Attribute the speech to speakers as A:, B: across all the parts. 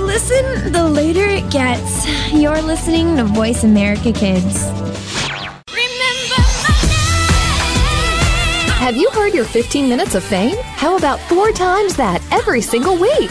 A: listen, the later it gets. You're listening to Voice America Kids.
B: Have you heard your 15 minutes of fame? How about four times that every single week?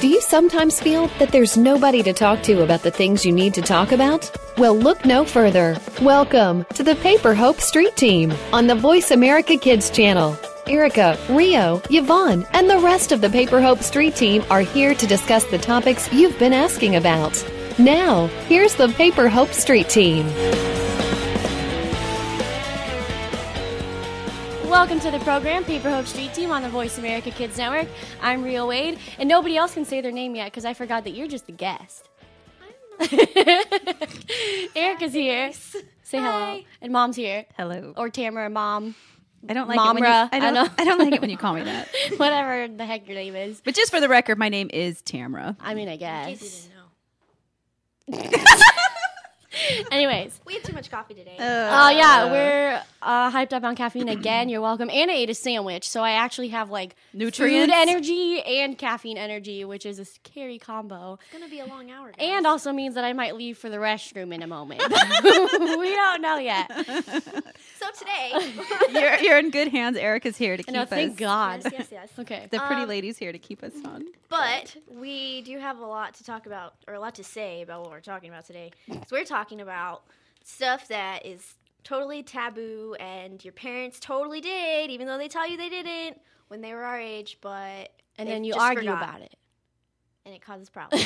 B: Do you sometimes feel that there's nobody to talk to about the things you need to talk about? Well, look no further. Welcome to the Paper Hope Street Team on the Voice America Kids channel. Erica, Rio, Yvonne, and the rest of the Paper Hope Street Team are here to discuss the topics you've been asking about. Now, here's the Paper Hope Street Team.
C: Welcome to the program, Paper Hope Street Team on the Voice America Kids Network. I'm Rio Wade, and nobody else can say their name yet because I forgot that you're just a guest. Erica's here. Say hello. And mom's here.
D: Hello.
C: Or Tamara, mom,
D: I don't like it when you,
C: Momra,
D: I
C: I
D: don't,
C: know.
D: I don't like it when you call me that.
C: whatever the heck your name is.
D: But just for the record, my name is Tamra.
C: I mean, I guess. Anyways,
E: We had too much coffee today.
C: oh
E: Uh,
C: yeah, we're uh, hyped up on caffeine again. You're welcome. And I ate a sandwich, so I actually have like
D: Nutrients?
C: food energy and caffeine energy, which is a scary combo.
E: It's gonna be a long hour. Guys.
C: And also means that I might leave for the restroom in a moment. we don't know yet.
E: so today,
D: You're, you're in good hands. Erica's here to keep
C: No,
D: us.
C: thank God.
E: yes, yes, yes.
C: Okay.
D: The pretty
E: Um,
D: lady's here to keep us on.
E: But we do have a lot to talk about, or a lot to say about what we're talking about today. Because we're talking about stuff that is totally taboo, and your parents totally did, even though they tell you they didn't when they were our age. But
C: And
E: they
C: then you
E: just
C: argue
E: forgot,
C: about it.
E: and it causes problems.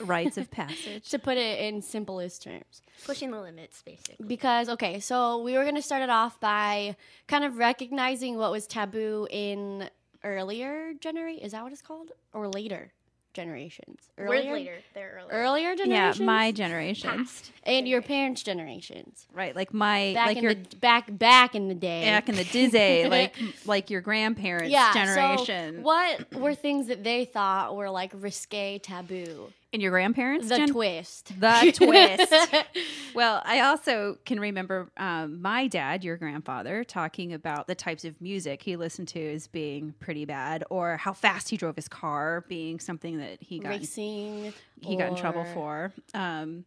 D: Rites of passage.
C: To put it in simplest terms.
E: Pushing the limits, basically.
C: Because, okay, so we were going to start it off by kind of recognizing what was taboo in earlier generation. Is that what it's called? Or later generations? Earlier?
E: We're later. They're earlier.
C: Earlier
D: Yeah,
C: generations?
D: my generation.
E: Past.
C: And your parents' generations.
D: Right, like my
C: Back,
D: like
C: in
D: your
C: the, back, back in the day.
D: back in the dizzy, like like your grandparents'
C: so
D: generation.
C: what were things that they thought were like risque, taboo?
D: And your grandparents'
C: The
D: gen-
C: twist.
D: The twist. Well, I also can remember um, my dad, your grandfather, talking about the types of music he listened to as being pretty bad, or how fast he drove his car being something that he got
C: Racing.
D: he got in trouble
C: or
D: for. Um,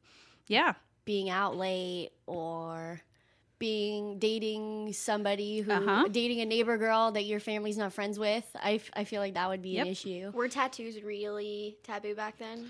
D: yeah,
C: being out late or being dating somebody who
D: Uh-huh.
C: dating a neighbor girl that your family's not friends with. I, f- I feel like that would be an
D: Yep.
C: issue
E: Were tattoos really taboo back then?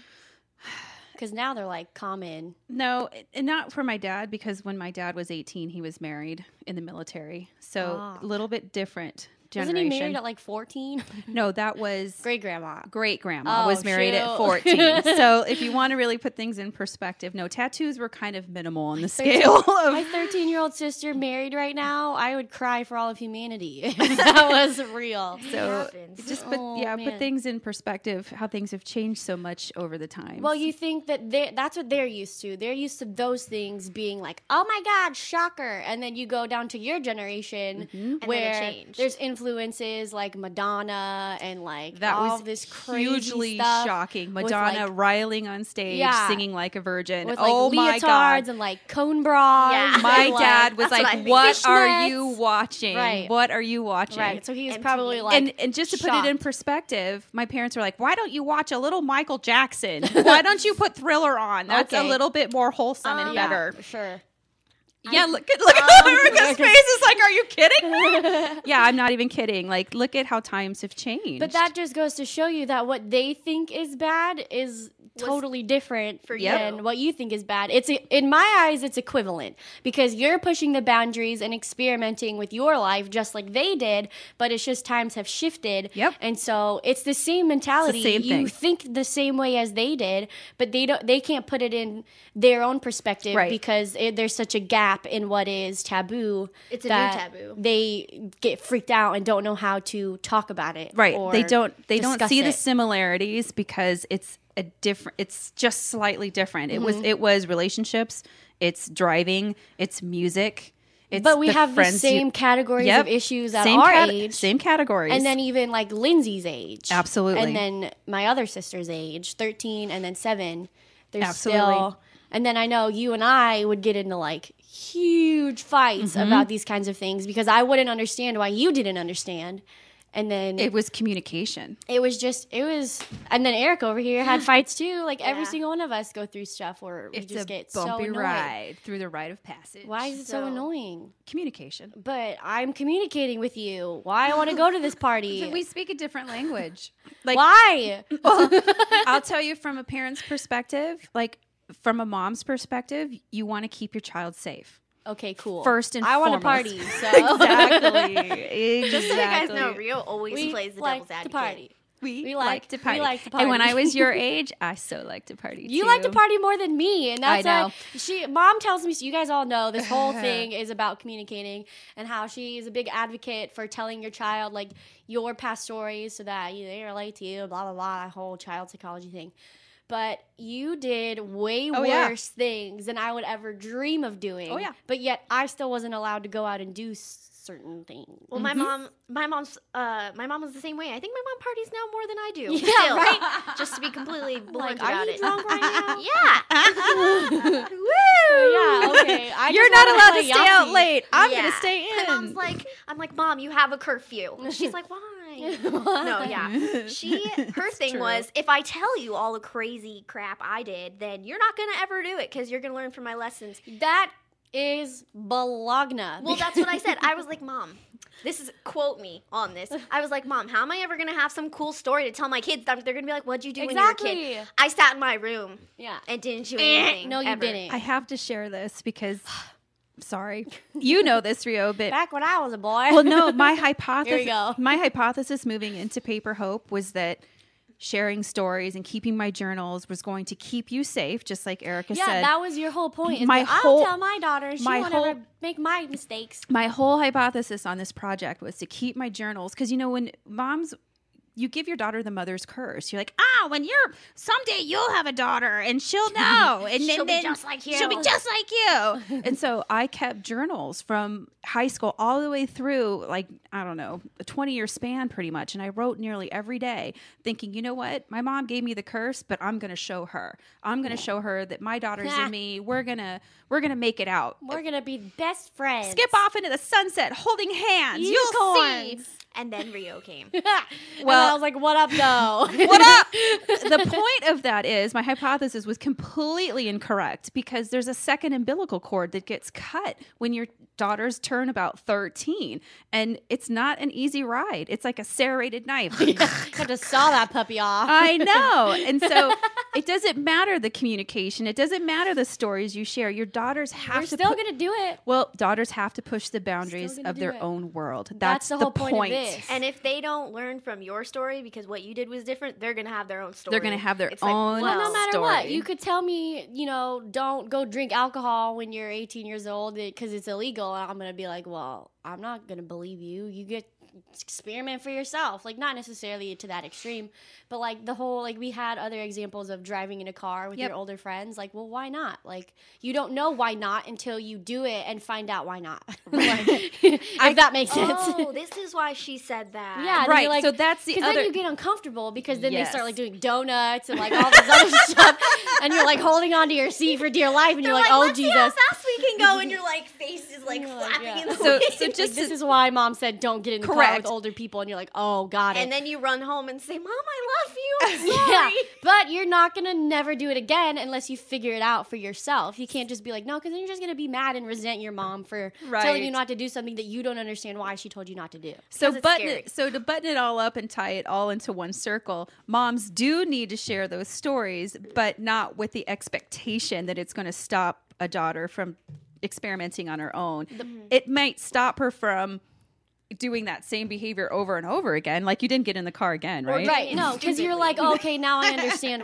C: because now they're like common.
D: no, and not for my dad because when my dad was eighteen, he was married in the military, so
C: Ah.
D: a little bit different
C: Wasn't
D: generation.
C: he married at like fourteen?
D: no, that was
C: Great grandma.
D: great grandma
C: Oh,
D: was married at
C: shoot.
D: 14. so if you want to really put things in perspective, no tattoos were kind of minimal on the scale of
C: My 13 year old sister married right now, I would cry for all of humanity if that was real.
D: so
E: happens.
D: it just put
C: Oh,
D: yeah,
C: man.
D: put things in perspective how things have changed so much over the time.
C: Well, you think that they that's what they're used to. They're used to those things being like, oh my God, shocker. And then you go down to your generation
D: Mm-hmm.
E: it
C: where
E: changed.
C: there's influences like Madonna and like
D: that
C: all
D: was
C: this crazy
D: hugely
C: stuff
D: shocking.
C: with,
D: Madonna
C: like-
D: riling on stage,
C: Yeah.
D: singing like a virgin.
C: with like
D: oh my
C: leotards
D: god!
C: and like cone bras.
E: Yeah.
C: and,
D: my
C: like-
D: dad was
E: that's what I
D: like,
E: think.
D: "What are
C: Fishnets.
D: you watching?
C: Right.
D: What are you watching?"
C: Right. So he was
E: MTV.
C: probably like,
D: and and just to put it in
C: shocked.
D: perspective, my parents were like, "Why don't you watch a little Michael Jackson? Why don't you put Thriller on? That's a
C: Okay. Um,
D: little bit more wholesome and
C: Yeah,
D: better."
C: Sure.
D: Yeah, look at look
C: um,
D: at America's face. Is like, are you kidding me? yeah, I'm not even kidding. Like, look at how times have changed.
C: But that just goes to show you that what they think is bad is totally different
E: for
C: than
E: you.
C: what you think is bad. It's in my eyes, it's equivalent because you're pushing the boundaries and experimenting with your life just like they did, but it's just times have shifted.
D: Yep.
C: And so it's the same mentality.
D: same
C: you
D: thing.
C: think the same way as they did, but they don't. They can't put it in their own perspective
D: Right.
C: because it, there's such a gap in what is taboo.
E: It's a new
C: that
E: taboo.
C: They get freaked out and don't know how to talk about it.
D: right
C: or
D: they don't they don't
C: discuss
D: see the
C: it.
D: similarities because it's a different it's just slightly different it
C: Mm-hmm.
D: was it was relationships it's driving it's music it's
C: But we
D: the
C: have the
D: friends you-
C: same categories
D: Yep.
C: of issues at
D: same
C: our
D: cate-
C: age,
D: same categories
C: and then even like Lindsay's age,
D: Absolutely.
C: and then my other sister's age, thirteen, and then seven. There's
D: Absolutely.
C: still, and then I know you and I would get into like huge fights
D: Mm-hmm.
C: about these kinds of things because I wouldn't understand why you didn't understand, and then
D: it was communication
C: it was just it was and then eric over here had fights too like every
E: Yeah.
C: single one of us go through stuff where we
D: it's
C: just
D: a
C: get
D: bumpy
C: so annoyed
D: ride through the rite of passage
C: why is it so,
E: So-
C: annoying
D: communication
C: but i'm communicating with you why i want to go to this party
D: we speak a different language like
C: why
D: I'll tell you from a parent's perspective, like from a mom's perspective, you want to keep your child safe.
C: okay cool
D: First and
C: i want
D: foremost.
C: to party so
D: exactly.
E: Just so you guys know, Rio always
C: we
E: plays the
C: like
E: devil's advocate.
C: to party
D: we,
C: We
D: like,
C: like-
D: to
C: we
D: party.
C: like to
D: And when
C: party.
D: I was your age, I so like to party.
C: you
D: too.
C: like to party more than me, and
D: I
C: that's why she. Mom tells me so you guys all know this whole thing is about communicating and how she is a big advocate for telling your child like your past stories so that you know, they relate to you. Blah blah blah. That whole child psychology thing. But you did way
D: Oh, yeah.
C: worse things than I would ever dream of doing.
D: Oh, yeah.
C: But yet I still wasn't allowed to go out and do s- certain things.
E: Well, my mom, my mom's, uh, my mom was the same way. I think my mom parties now more than I do.
C: Yeah,
E: still,
C: right?
E: Just to be completely blunt
C: Like, are
E: about
C: you
E: it.
C: drunk right now?
E: yeah,
C: yeah. Okay. I
D: You're
C: just
D: not
C: wanna
D: allowed
C: play
D: to stay out
C: Yahtzee.
D: late. I'm gonna
E: yeah.
D: stay in.
E: My mom's like, I'm like, mom, you have a curfew. And She's like, why? no, yeah. She, her
D: It's
E: thing
D: true.
E: was, if I tell you all the crazy crap I did, then you're not gonna ever do it because you're gonna learn from my lessons.
C: That is Bologna.
E: Well, that's what I said. I was like, Mom, this is quote me on this. I was like, Mom, how am I ever gonna have some cool story to tell my kids? They're gonna be like, What'd you do when you were a kid?
C: Exactly.
E: I sat in my room
C: Yeah.
E: and didn't do anything.
C: No, you
E: ever.
C: didn't.
D: I have to share this because, sorry, you know this, Rio, but
C: Back when I was a boy.
D: well no my hypothesis
C: go.
D: my hypothesis moving into paper hope was that sharing stories and keeping my journals was going to keep you safe just like erica
C: yeah,
D: said
C: that was your whole point. is
D: My
C: that
D: whole-
C: I'll tell my daughter she
D: my
C: won't
D: whole-
C: ever make my mistakes.
D: my whole hypothesis on this project was to keep my journals because you know when moms you give your daughter the mother's curse you're like ah when you're someday you'll have a daughter and she'll know and
E: She'll
D: then,
E: be
D: then
E: just like you.
D: she'll be just like you and so i kept journals from high school all the way through like i don't know a 20 year span pretty much and i wrote nearly every day thinking you know what my mom gave me the curse but i'm going to show her i'm going to show her that my daughters and me we're going to we're going to make it out
C: We're gonna be best friends.
D: skip off into the sunset holding hands. You'll
C: Unicorns.
E: And then Rio came.
C: And
D: Well-
C: well, I was like, "What up, though?"
D: What up? the point of that is my hypothesis was completely incorrect because there's a second umbilical cord that gets cut when your daughters turn about 13 and it's not an easy ride. It's like a serrated knife.
C: Had to saw that puppy off.
D: I know. And so it doesn't matter the communication. It doesn't matter the stories you share. Your daughters have to
C: We're still
D: pu-
C: gonna do it.
D: Well, daughters have to push the boundaries
C: gonna
D: of
C: do
D: their
C: it.
D: own world. That's,
C: That's the whole point of this.
E: and if they don't learn from your story because what you did was different, they're gonna have their own story.
D: They're going to have their
E: It's like,
D: own
C: Well, no matter what,
D: story.
C: you could tell me, you know, don't go drink alcohol when you're 18 years old because it's illegal. And I'm going to be like, well, I'm not going to believe you. You get experiment for yourself. Like, not necessarily to that extreme, but like the whole, like, we had other examples of driving in a car with
D: Yep.
C: your older friends. Like, well, why not? Like, you don't know why not until you do it and find out why not. like, if that makes sense.
E: Oh, this is why she said that.
C: Yeah,
D: Right,
C: You're like,
D: so that's the
C: because
D: other-
C: then you get uncomfortable because then they
D: Yes.
C: start like doing donuts and like all this other stuff, and you're like holding onto your seat for dear life, and
E: They're
C: you're like, oh
E: "Let's see how
C: Jesus.
E: fast we can go, and your like face is like
C: You're like,
E: flapping
C: yeah.
E: in the
D: so,
E: wind.
D: so
C: Like,
D: just
C: this
D: to-
C: is why mom said don't get in the around
D: Correct.
C: with older people and you're like, oh, got it.
E: And then you run home and say, "Mom, I love you. I'm
C: yeah,
E: sorry."
C: but you're not gonna never do it again unless you figure it out for yourself. You can't just be like, no, because then you're just gonna be mad and resent your mom for telling you
D: Right.
C: not to do something that you don't understand why she told you not to do.
D: So
E: 'Cause it's
D: button
E: scary.
D: it, so to button it all up and tie it all into one circle, moms do need to share those stories, but not with the expectation that it's going to stop a daughter from experimenting on her own. Mm-hmm. It might stop her from doing that same behavior over and over again, like you didn't get in the car again, right?
C: Right? No, because you're like, oh, okay, now I understand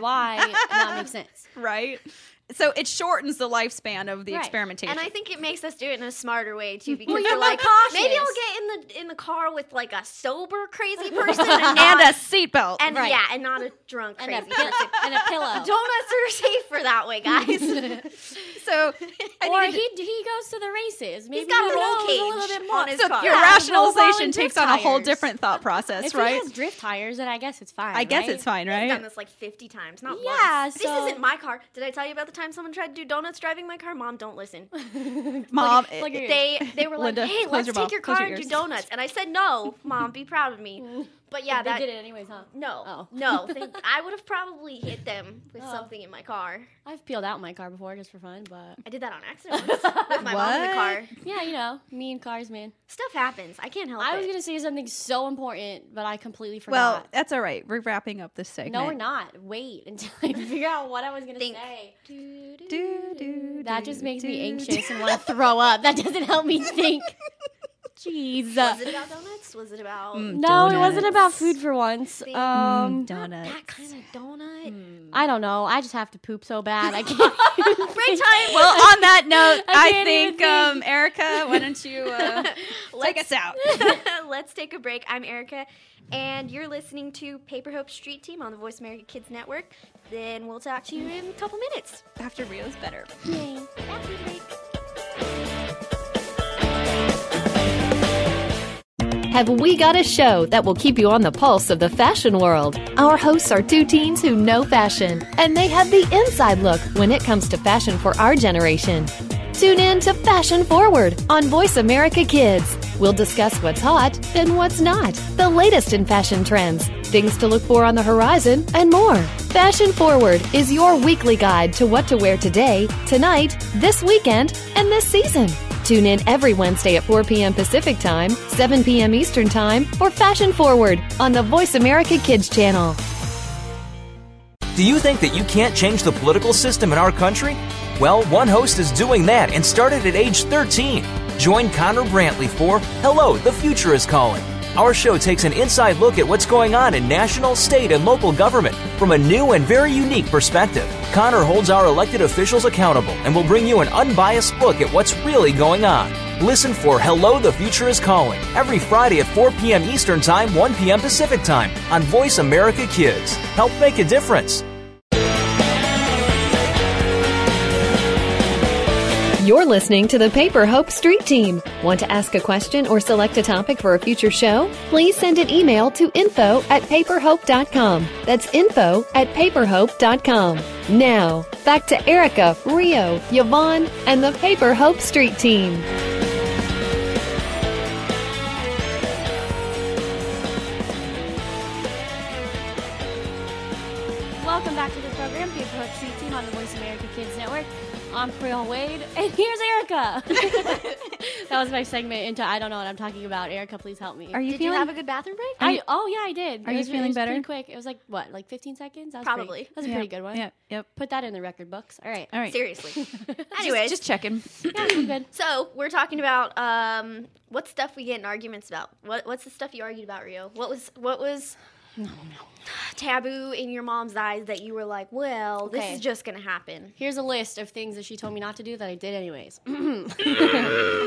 C: why. that makes sense.
D: Right. So it shortens the lifespan of the
C: Right.
D: experimentation.
E: And I think it makes us do it in a smarter way too, because
C: you're
E: you're
C: more
E: like, maybe
C: cautious."
E: I'll get in the in the car with like a sober crazy person and,
D: and
E: not,
D: a seatbelt.
E: and
C: right.
E: yeah, and not a drunk
C: And
E: crazy.
C: a,
E: person.
C: pill- and a pillow.
E: Donuts are safe for that way, guys.
D: so I
C: or
D: needed to-
C: he he goes to the races. Maybe
E: got
C: he
E: a roll
C: knows a little
E: cage
C: bit more.
E: on his
C: So
E: car.
D: your
E: Yeah,
D: rationalization takes on a whole
C: tires.
D: different thought process,
C: If
D: right?
C: he has drift tires, then I guess it's fine.
D: I guess
C: right?
D: it's fine,
E: I've done
D: right?
E: this like 50 times, not
C: Yeah,
E: once.
C: so-
E: This isn't my car. Did I tell you about the time someone tried to do donuts driving my car? Mom, don't listen.
D: Mom,
C: Plug your- plug your ears.
E: They they were like,
D: Linda,
E: "Hey,
D: close
E: let's
D: your
E: take
D: mouth,
E: your
D: close
E: car
D: your
E: and do
D: ears.
E: donuts," and I said, "No, mom, be proud of me." But yeah,
C: They
E: that
C: did it anyways, huh?
E: no,
C: Oh.
E: no, they, I would have probably hit them with
D: Oh.
E: something in my car.
C: I've peeled out my car before just for fun, but
E: I did that on accident once with my mom in the
D: What?
E: car.
C: yeah, you know, me and cars, man.
E: Stuff happens. I can't help
C: I
E: it.
C: was gonna say something so important, but I completely
D: well,
C: forgot.
D: that's all right. We're wrapping up this segment.
C: no, we're not. Wait until I figure out what I was gonna
E: Think.
C: say.
D: Do, do,
C: That
D: do,
C: just makes
D: do,
C: me
D: do.
C: anxious and want to throw up. That doesn't help me think. Jeez.
E: Was it about donuts? Was it about
D: Mm,
C: No, it wasn't about
D: donuts.
C: food for once.
E: See?
C: Um,
D: donuts.
E: that kind of donut?
C: I don't know. I just have to poop so bad. I can't.
E: Great time.
D: Well, on that note,
C: I
D: I,
C: can't even
D: think,
C: think.
D: Um, Erica, why don't you uh, take us out?
E: Let's take a break. I'm Erica, and you're listening to Paper Hope Street Team on the Voice America Kids Network. Then we'll talk to you in a couple minutes.
D: After real is better.
E: Happy break.
B: Have we got a show that will keep you on the pulse of the fashion world? Our hosts are two teens who know fashion, and they have the inside look when it comes to fashion for our generation. Tune in to Fashion Forward on Voice America Kids. We'll discuss what's hot and what's not, the latest in fashion trends, things to look for on the horizon, and more. Fashion Forward is your weekly guide to what to wear today, tonight, this weekend, and this season. Tune in every Wednesday at 4 p.m. Pacific Time, 7 p.m. Eastern Time for Fashion Forward on the Voice America Kids channel.
F: Do you think that you can't change the political system in our country? Well, one host is doing that and started at age 13. Join Connor Brantley for Hello, the Future is Calling. Our show takes an inside look at what's going on in national, state, and local government from a new and very unique perspective. Connor holds our elected officials accountable and will bring you an unbiased look at what's really going on. Listen for Hello, the Future is Calling every Friday at 4 p.m. Eastern Time, 1 p.m. Pacific Time on Voice America Kids. Help make a difference.
B: You're listening to the Paper Hope Street Team. Want to ask a question or select a topic for a future show? Please send an email to info at paperhope.com. That's info at paperhope.com. Now, back to Erica, Rio, Yvonne, and the Paper Hope Street Team.
C: Welcome back to the program, Paper Hook Street Team on the Voice America Kids Network. I'm Pearl Wade, and here's Erica. that was my segment into I don't know what I'm talking about. Erica, please help me.
D: Are you
E: Did
D: feeling?
E: you have a good bathroom break?
C: I, oh yeah, I did.
D: Are
C: It
D: you
C: was- it
D: feeling
C: was
D: better?
C: Pretty quick. It was like what, like 15 seconds? That was
E: Probably.
C: Pretty, that was a
D: Yeah.
C: pretty good one.
D: Yep. Yep.
C: Put that in the record books. All right.
D: All right.
E: Seriously.
D: Anyway,
E: Anyways,
D: just checking.
C: I'm good.
E: so we're talking about um, what stuff we get in arguments about. What, what's the stuff you argued about, Rio? What was what was taboo in your mom's eyes that you were like, well,
C: Okay.
E: this is just gonna happen?
C: Here's a list of things that she told me not to do that I did anyways.
E: I
C: Hmm.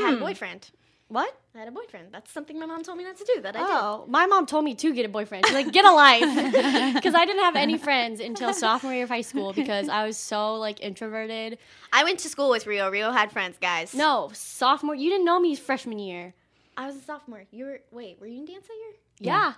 E: had a boyfriend.
C: what?
E: I had a boyfriend. That's something my mom told me not to do. That I did.
C: Oh, my mom told me to get a boyfriend. She's like, get a life. Because I didn't have any friends until sophomore year of high school because I was so like introverted.
E: I went to school with Rio. Rio had friends, guys.
C: No, sophomore. You didn't know me freshman year.
E: I was a sophomore. You were wait, were you in dance that year?
C: Yeah.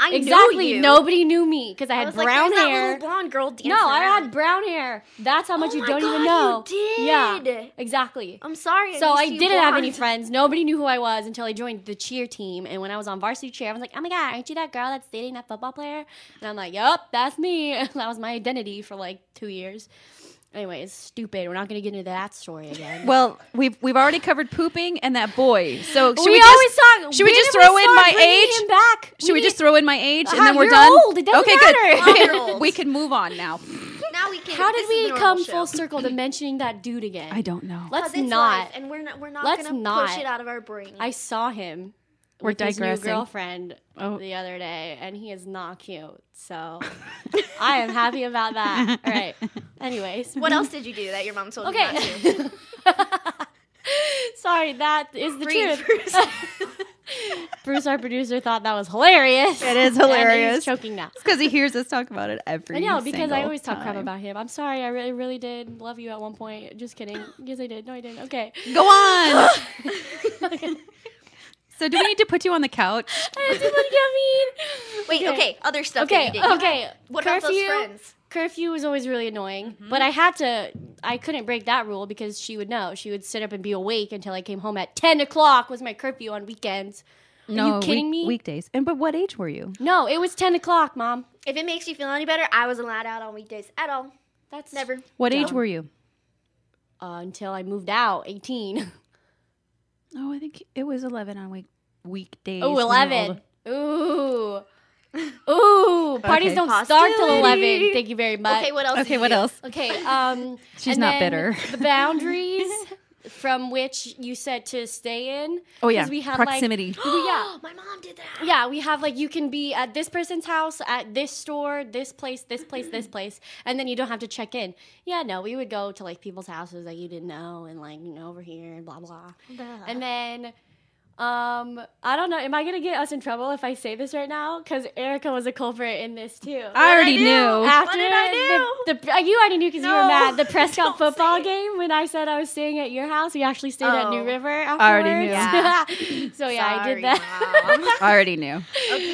E: I know
C: exactly.
E: you.
C: Nobody knew me because I
E: I
C: had
E: was like,
C: brown
E: "There's
C: hair.
E: That little blonde girl dancing.
C: no, I
E: around."
C: had brown hair. That's how much
E: Oh
C: you
E: my
C: don't even know.
E: God, you
C: Yeah,
E: did.
C: exactly.
E: I'm sorry.
C: so
E: used
C: I
E: to you
C: didn't have any
E: blonde.
C: friends. Nobody knew who I was until I joined the cheer team. And when I was on varsity cheer, I was like, "Oh my god, aren't you that girl that's dating that football player?" And I'm like, "Yup, that's me." that was my identity for like two years. Anyway, it's stupid. We're not gonna get into that story again.
D: Well, we've we've already covered pooping and that boy. So should we,
C: we
D: just,
C: always talk.
D: Should we
C: when
D: just
C: did
D: throw in
C: start
D: my
C: bringing
D: age?
C: him back?
D: Should we
C: need-
D: just throw in my age and
C: Hi,
D: then we're
C: you're
D: done?
C: old. It doesn't
D: okay, good.
E: matter.
D: we can move on now.
E: Now we can.
C: How did
E: this is the
C: we
E: normal
C: come
E: show.
C: full circle to mentioning that dude again?
D: I don't know.
C: Let's
E: 'Cause it's
C: not.
E: life, and we're not. We're not
C: Let's
E: gonna
C: not.
E: push it out of our brain.
C: I saw him.
D: We're
C: with his new
D: digressing.
C: girlfriend
D: Oh.
C: the other day, and he is not cute. So I am happy about that. All right. Anyways,
E: what else did you do that your mom told you not to?
C: Okay. Sorry, that is the
E: Breathe,
C: truth. Bruce, our producer, thought that was hilarious.
D: It is
C: And
D: hilarious.
C: he's choking now.
D: because he hears us talk about it every.
C: I know because I
D: single
C: always talk crap
D: time.
C: about him. I'm sorry. I really, really did love you at one point. Just kidding. Yes, I did. No, I didn't. Okay.
D: Go on. so do we need to put you on the couch?
C: I didn't get mean.
E: Wait, okay. Other stuff.
C: Okay.
E: That you did. You
C: Okay.
E: What about
C: curfew,
E: those friends?
C: Curfew was always really annoying, but I had to. I couldn't break that rule because she would know. She would sit up and be awake until I came home at ten o'clock. Was my curfew on weekends? Are you kidding me?
D: Weekdays. And but what age were you?
C: No, it was ten o'clock, mom.
E: If it makes you feel any better, I wasn't allowed out on weekdays at all.
C: That's
E: Never.
D: What age were you?
C: uh, until I moved out, eighteen.
D: Oh, I think it was eleven on week weekdays.
C: Oh,
D: when you were
C: 11.
D: older.
C: Ooh. Ooh, parties
D: Okay.
C: don't start till
D: Hostility.
C: 11. Thank you very much.
E: Okay. What else?
D: Okay,
E: did
D: what
E: you do?
D: else?
C: Okay, um
D: She's
C: and
D: not
C: then
D: bitter.
C: the boundaries from which you said to stay in.
D: Oh yeah,
C: 'cause we had
D: proximity.
C: Like, yeah.
E: My mom did that.
C: Yeah, we have like you can be at this person's house, at this store, this place, this place, this place, and then you don't have to check in. Yeah, no, we would go to like people's houses that you didn't know and like you know over here and blah blah. And then um I don't know, am I gonna get us in trouble if I say this right now? Because Erica was a culprit in this too.
D: I already knew.
C: After
E: did I
C: the, the uh, you already knew because you were
E: No,
C: mad. The Prescott
E: don't say
C: football
E: it.
C: game when I said I was staying at your house, we actually stayed at New
E: Oh.
C: River.
D: I already knew.
C: afterwards. so yeah, I did
E: Sorry,
C: that.
E: Mom.
D: I already knew.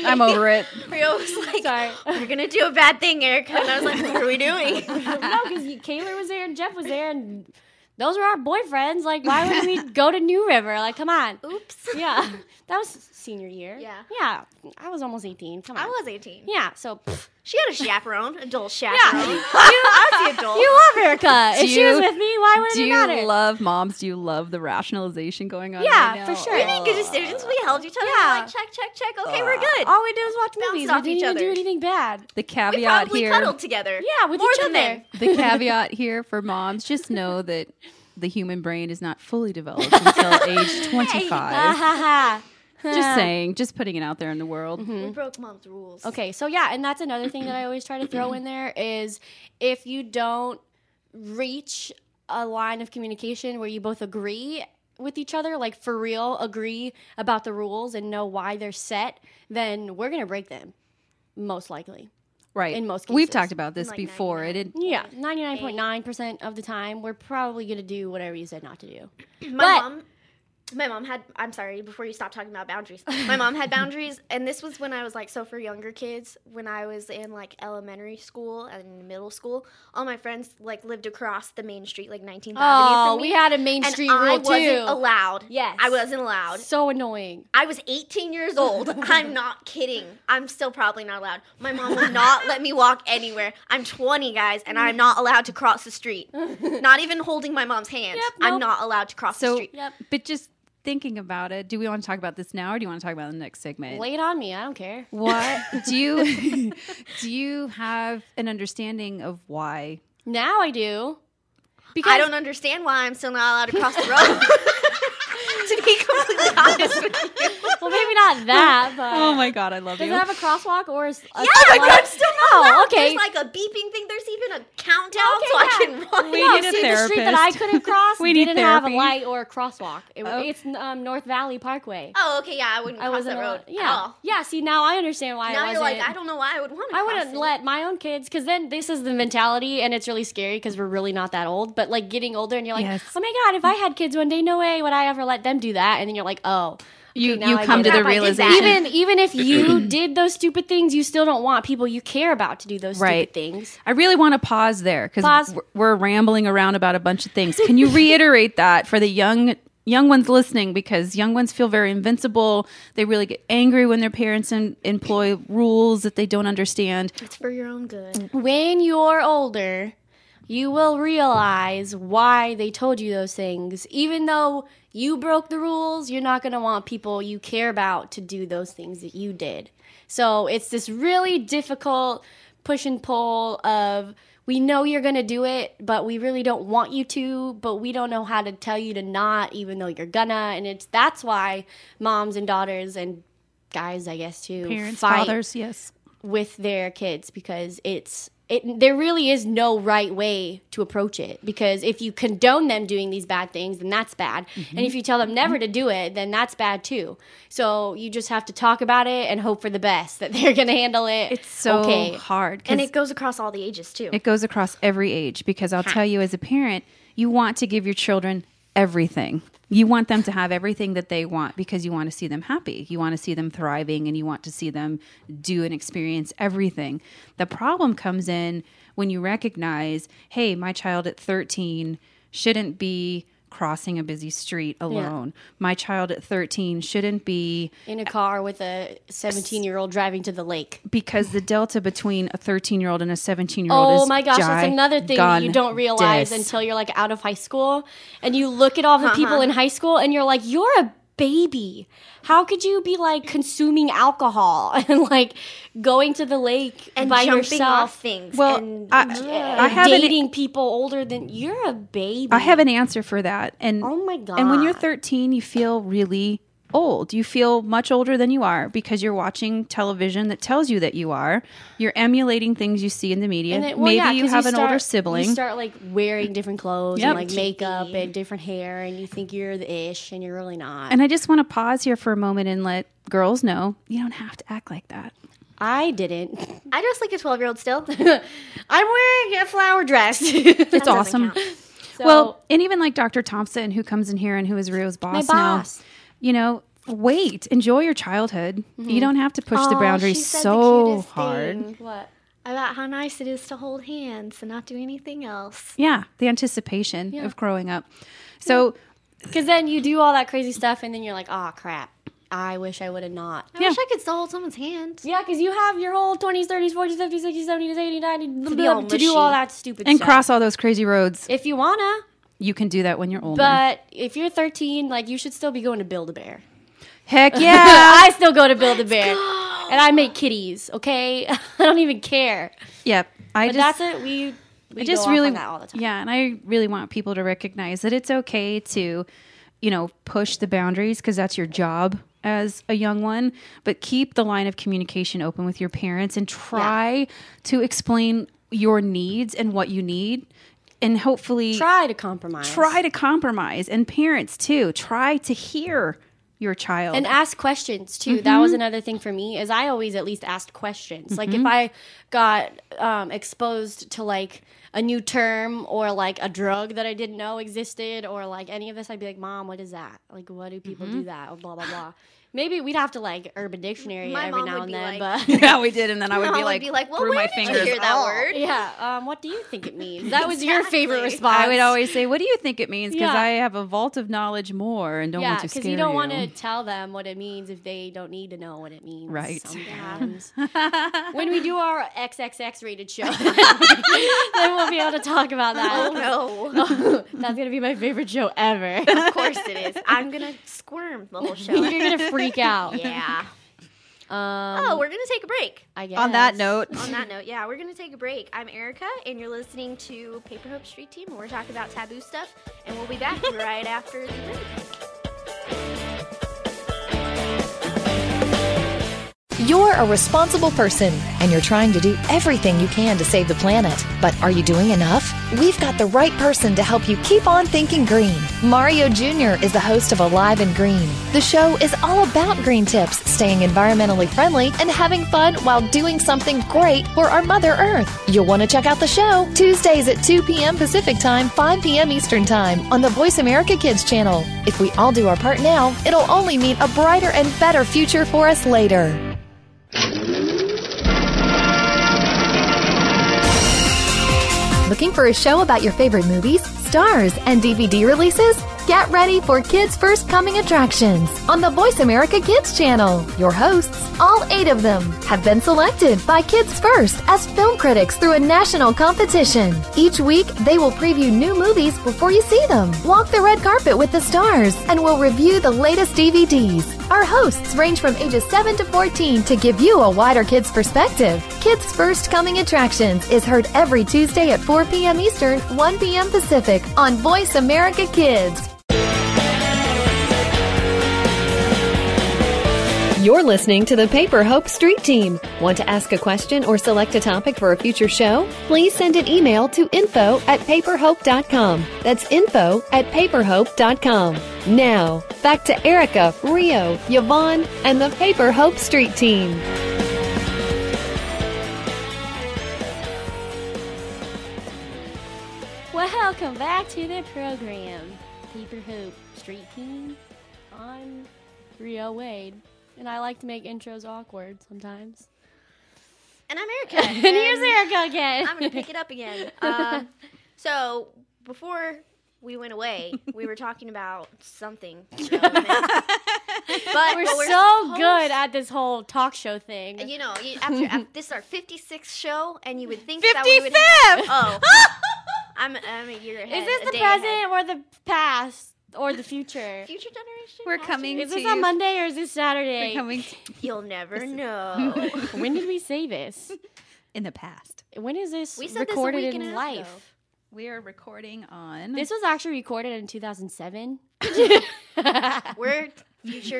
D: I'm over it.
E: Rio was like,
C: Sorry.
E: "We're gonna do a bad thing, Erica," and I was like, "What are we doing?"
C: no, because Kaylor was there and Jeff was there, and those were our boyfriends. Like, why would we go to New River? Like, come on.
E: Oops.
C: Yeah, that was senior year.
E: Yeah.
C: yeah. I was almost eighteen. Come on.
E: I was 18.
C: Yeah. So pff,
E: She had a chaperone, adult chaperone.
C: You-
E: I was the adult.
C: you love Erica.
D: Do
C: if she was
D: you-
C: with me, why would
D: Do
C: it
D: you
C: matter?
D: love moms? Do you love the rationalization going on?
C: Yeah,
D: right now?
C: for sure.
E: we made good decisions. We helped each other.
C: Yeah.
E: Yeah. Like check, check, check. Okay, we're good.
C: All we did was watch movies. We
E: off
C: didn't
E: each
C: even do
E: other.
C: anything bad.
D: The
E: we
D: caveat
E: probably
D: here.
E: cuddled together.
C: Yeah, with
E: More
C: each
E: than
C: other.
E: men.
D: the caveat here for moms just know that the human brain is not fully developed until age
C: uh,
D: 25
C: ha
D: just saying just putting it out there in the world
C: Mm-hmm.
E: We broke mom's rules.
C: Okay, so yeah, and that's another thing that I always try to throw in there is if you don't reach a line of communication where you both agree with each other, like for real, agree about the rules and know why they're set, then we're gonna break them, most likely.
D: right
C: In most
D: we've
C: cases.
D: talked about this
E: Like
D: before it it
C: Yeah, ninety nine point nine percent of the time, we're probably gonna do whatever you said not to do.
E: My
C: But-
E: mom my mom had I'm sorry, before you stop talking about boundaries. My mom had boundaries and this was when I was like so for younger kids, when I was in like elementary school and middle school, all my friends like lived across the main street, like nineteenth Avenue.
C: Oh,
E: from
C: we
E: me,
C: had a Main
E: and
C: Street
E: I
C: rule
E: wasn't
C: too.
E: allowed.
C: Yes.
E: I wasn't allowed.
C: So annoying.
E: I was 18 years old. I'm not kidding. I'm still probably not allowed. My mom would not let me walk anywhere. I'm 20, guys, and I'm not allowed to cross the street. Not even holding my mom's hand.
C: Yep, nope.
E: I'm not allowed to cross the
D: so
E: street.
D: but just thinking about it do we want to talk about this now or do you want to talk about it in the next segment
C: Lay it on me. I don't care.
D: what do you do you have an understanding of why
C: Now I do. Because
E: I don't understand why I'm still not allowed to cross the road. to be completely honest with you.
C: well, maybe not that, but
D: oh my god i love
C: Does
D: you
C: it have a crosswalk or is a
E: Yeah,
C: spotlight?
E: but I'm still not
C: Oh,
E: allowed.
C: okay.
E: There's like a beeping thing. There's even a countdown
C: Okay,
E: so I
C: yeah.
E: can run.
D: We
C: no,
D: need a
C: see, the street that I
D: therapist.
C: couldn't cross
D: We need
C: didn't have a
D: therapy.
C: light or a crosswalk. It,
D: Oh.
C: It's um, North Valley Parkway.
E: Oh, okay, yeah, I wouldn't
C: I
E: cross
C: wasn't
E: that road.
C: allowed-
E: At
C: Yeah,
E: all.
C: yeah. See, now I understand why I
E: Now
C: wasn't.
E: you're like, I don't know why I would want to.
C: I
E: cross
C: wouldn't
E: it.
C: let my own kids because then this is the mentality, and it's really scary because we're really not that old. But like getting older, and you're like,
D: Yes.
C: oh my god, if I had kids one day, no way would I ever let them do that. And then you're like, oh,
D: You
C: now
D: you
C: I
D: come
C: get
D: to
C: it.
D: the
E: Crap, I did that.
D: realization.
C: even even if you did those stupid things, you still don't want people you care about to do those
D: Right.
C: stupid things.
D: I really want to pause there because
C: Pause.
D: we're, we're rambling around about a bunch of things. Can you reiterate that for the young young ones listening? Because young ones feel very invincible. They really get angry when their parents em- employ rules that they don't understand.
E: It's for your own good.
C: When you're older, you will realize why they told you those things. Even though you broke the rules, you're not going to want people you care about to do those things that you did. So it's this really difficult push and pull of we know you're going to do it, but we really don't want you to, but we don't know how to tell you to not even though you're gonna. And it's that's why moms and daughters and guys, I guess too,
D: Parents,
C: fight
D: fathers, yes.
C: with their kids because it's it there really is no right way to approach it because if you condone them doing these bad things then that's bad and if you tell them never to do it then that's bad too so you just have to talk about it and hope for the best that they're going to handle it
D: It's so
C: okay
D: hard. 'cause
E: And it goes across all the ages too.
D: It goes across every age because I'll tell you, as a parent, you want to give your children everything. You want them to have everything that they want because you want to see them happy. You want to see them thriving and you want to see them do and experience everything. The problem comes in when you recognize, hey, my child at 13 shouldn't be crossing a busy street alone. My child at 13 shouldn't be
C: in a car with a 17 year old driving to the lake
D: because the delta between a 13 year old and a 17 year old
C: Oh my gosh, that's another thing that you don't realize
D: gigantic.
C: until you're like out of high school and you look at all the
E: Uh-huh.
C: people in high school and you're like, you're a baby. How could you be like consuming alcohol and like going to the lake
E: and
C: by
E: jumping
C: yourself?
E: off things.
D: Well,
E: and
C: Ah.
D: I, I
C: and
D: have an,
C: dating people older than you're a baby.
D: I have an answer for that. And
C: Oh my god.
D: and when you're 13, you feel really old. You feel much older than you are because you're watching television that tells you that you are. You're emulating things you see in the media.
C: And it- well,
D: Maybe
C: yeah,
D: you
C: 'cause
D: have an older
C: start-
D: sibling.
C: You start like wearing different clothes
D: Yep.
C: and like makeup and different hair, and you think you're the ish, and you're really not.
D: and I just want to pause here for a moment and let girls know you don't have to act like that.
C: I didn't.
E: I dress like a 12 year old still.
C: I'm wearing a flower dress. so,
D: It's awesome. well, and even like Dr. Thompson, who comes in here and who is Rio's boss,
C: boss.
D: now, you know, wait, enjoy your childhood. You don't have to push the
E: Mm-hmm. Aw,
D: boundaries
E: Oh, she said the
D: so
E: cutest
D: hard.
E: thing
C: what?
E: about how nice it is to hold hands and not do anything else.
D: Yeah, the anticipation of growing up. So
C: Because then you do all that crazy stuff, and then you're like, oh crap, I wish I would have not.
E: I wish I could still hold someone's hand.
C: Yeah, because you have your whole 20s, 30s, 40s, 50s, 60s, 70s, 80s, 90s, to,
E: be all
C: to do all
E: mushy.
C: that stupid
D: and
C: stuff.
D: cross Mm-hmm. all those crazy roads.
C: If you wanna,
D: You can do that when you're older.
C: but if you're 13, like you should still be going to Build a Bear.
D: Heck yeah,
C: I still go to Build a Bear, and I make kitties. Okay, I don't even care.
D: yep. I
C: But
D: just
C: that's it. We we
D: I just
C: go
D: really
C: off on that all the time.
D: yeah, and I really want people to recognize that it's okay to, you know, push the boundaries because that's your job as a young one, but keep the line of communication open with your parents and try to explain your needs and what you need and hopefully
C: Try to compromise.
D: try to compromise and parents too try to hear your child
C: and ask questions too that
E: Mm-hmm.
C: was another thing for me is i always at least asked questions like if i got um, exposed to like a new term or like a drug that i didn't know existed or like any of this i'd be like mom what is that like what do people
E: Mm-hmm.
C: do that or blah blah blah maybe we'd have to like urban dictionary
E: My
C: every
E: mom
C: now
E: would
C: and
E: be
C: then
E: like-
C: but
D: yeah we did and then i would
E: Mom
D: be like,
E: well,
D: through
E: where
D: my
E: did
D: fingers
E: you hear that
D: "Oh."
E: word?
C: yeah um, what do you think it means that was your favorite
E: Exactly.
C: response
D: I would always say, "What do you think it means?" Because
C: Yeah.
D: I have a vault of knowledge more and don't
C: yeah
D: want to
C: because
D: scare
C: you don't want to tell them what it means if they don't need to know what it means
D: Right.
C: sometimes. when we do our xxx rated show then we'll be able to talk about
E: Oh
C: that
E: no.
C: that's gonna be my favorite show ever
E: of course it is. I'm gonna squirm the whole show.
C: you're gonna freak out
E: yeah.
C: um,
E: Oh, we're gonna take a break.
C: I guess.
D: On that note,
E: On that note, yeah, we're gonna take a break. I'm Erica, and you're listening to Paper Hope Street Team. Where we're talking about taboo stuff, and we'll be back right after the break.
B: You're a responsible person and you're trying to do everything you can to save the planet. But are you doing enough? we've got the right person to help you keep on thinking green. Mario Jr. is the host of Alive and Green. The show is all about green tips, staying environmentally friendly, and having fun while doing something great for our Mother Earth. You'll want to check out the show Tuesdays at 2 p.m. Pacific Time, 5 p.m. Eastern Time on the Voice America Kids channel. If we all do our part now, it'll only mean a brighter and better future for us later. Looking for a show about your favorite movies, stars, and DVD releases? Get ready for Kids First Coming Attractions on the Voice America Kids channel. Your hosts, all eight of them, have been selected by Kids First as film critics through a national competition. Each week, they will preview new movies before you see them, walk the red carpet with the stars, and will review the latest DVDs. Our hosts range from ages 7 to 14 to give you a wider kids' perspective. Kids First Coming Attractions is heard every Tuesday at 4 p.m. Eastern, 1 p.m. Pacific on Voice America Kids. You're listening to the Paper Hope Street Team. Want to ask a question or select a topic for a future show? Please send an email to info at paperhope.com. That's info at paperhope.com. Now, back to Erica, Rio, Yvonne, and the Paper Hope Street Team.
C: Welcome back to the program, Paper Hoop Street Team. I'm Rio Wade, and I like to make intros awkward sometimes.
E: And I'm Erica.
C: And here's Erica again.
E: I'm gonna pick it up again. Um, so before we went away, we were talking about something. relevant. but
C: We're
E: but
C: so
E: supposed-
C: good at this whole talk show thing.
E: You know, you, after, af this is our 56th show, and you would think that we would. Have, oh, I'm, I'm a year ahead.
C: Is this
E: a
C: the
E: day
C: present
E: ahead.
C: or the past or the future?
E: Future generation.
D: We're
E: past
D: coming
C: Is
D: to
C: this
D: you.
C: on Monday or is this Saturday?
D: We're coming to-
E: gen- You'll never know.
C: when did we say this?
D: in the past.
C: When is this
E: We said this a
C: recorded
E: week
C: in
E: and a half
C: life?
E: ago.
D: We are recording on.
C: This was actually recorded in 2007.
E: We're future.
C: We're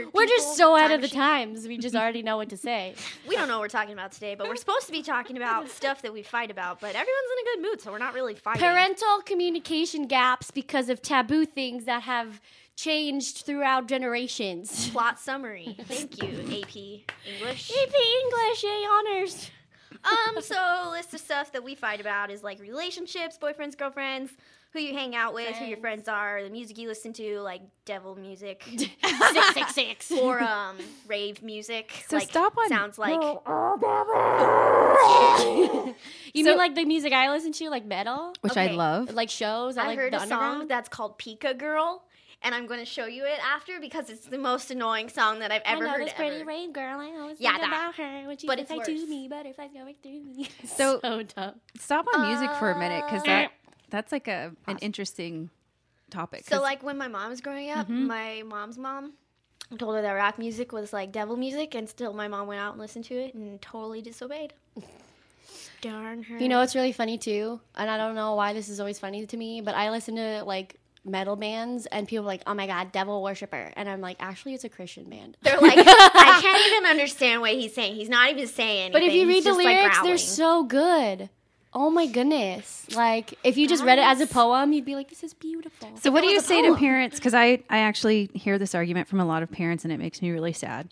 E: people,
C: just so out
E: time
C: of the
E: machine.
C: times. We just already know what to say.
E: We don't know what we're talking about today, but we're supposed to be talking about stuff that we fight about. But everyone's in a good mood, so we're not really fighting.
C: Parental communication gaps because of taboo things that have changed throughout generations.
E: plot summary. Thank you, AP English.
C: AP English, yay honors.
E: Um, so list of stuff that we fight about is like relationships, boyfriends, girlfriends, who you hang out with, who your friends are, the music you listen to, like devil music,
C: Six six six.
E: or um rave music.
D: So
E: like,
D: stop on-
E: Sounds like
C: You
D: So-
C: mean like the music I listen to, like metal,
D: which I
E: okay.
D: love.
C: like shows? I
E: I
C: like
E: heard
C: the
E: a song
C: underground.
E: that's called Pika Girl, and I'm going to show you it after because it's the most annoying song that I've
C: I
E: ever
C: know
E: heard.
C: this pretty
E: ever.
C: rain girl. I always
E: Yeah,
C: think
E: that.
C: about her when she
E: But
C: but
E: it's
C: to
E: worse.
C: me. Butterflies going through me.
D: So-
C: dumb.
D: Stop on music for a minute because that that's like a an interesting topic.
E: So
D: 'cause
E: like when my mom was growing up,
C: Mm-hmm.
E: my mom's mom told her that rock music was like devil music, and still my mom went out and listened to it and totally disobeyed. Darn her!
C: You know, it's really funny too, and I don't know why this is always funny to me, but I listen to like metal bands and people are like, "Oh my god, devil worshiper," and I'm like, actually, it's a Christian band.
E: they're like, I can't even understand what he's saying. He's not even saying anything.
C: But if you read
E: He's
C: the
E: just, like,
C: lyrics, they're
E: growling.
C: so good. Oh my goodness! Like if you just read it as a poem, you'd be like, "This is beautiful."
D: So what do you say to parents? Because I, I actually hear this argument from a lot of parents and it makes me really sad.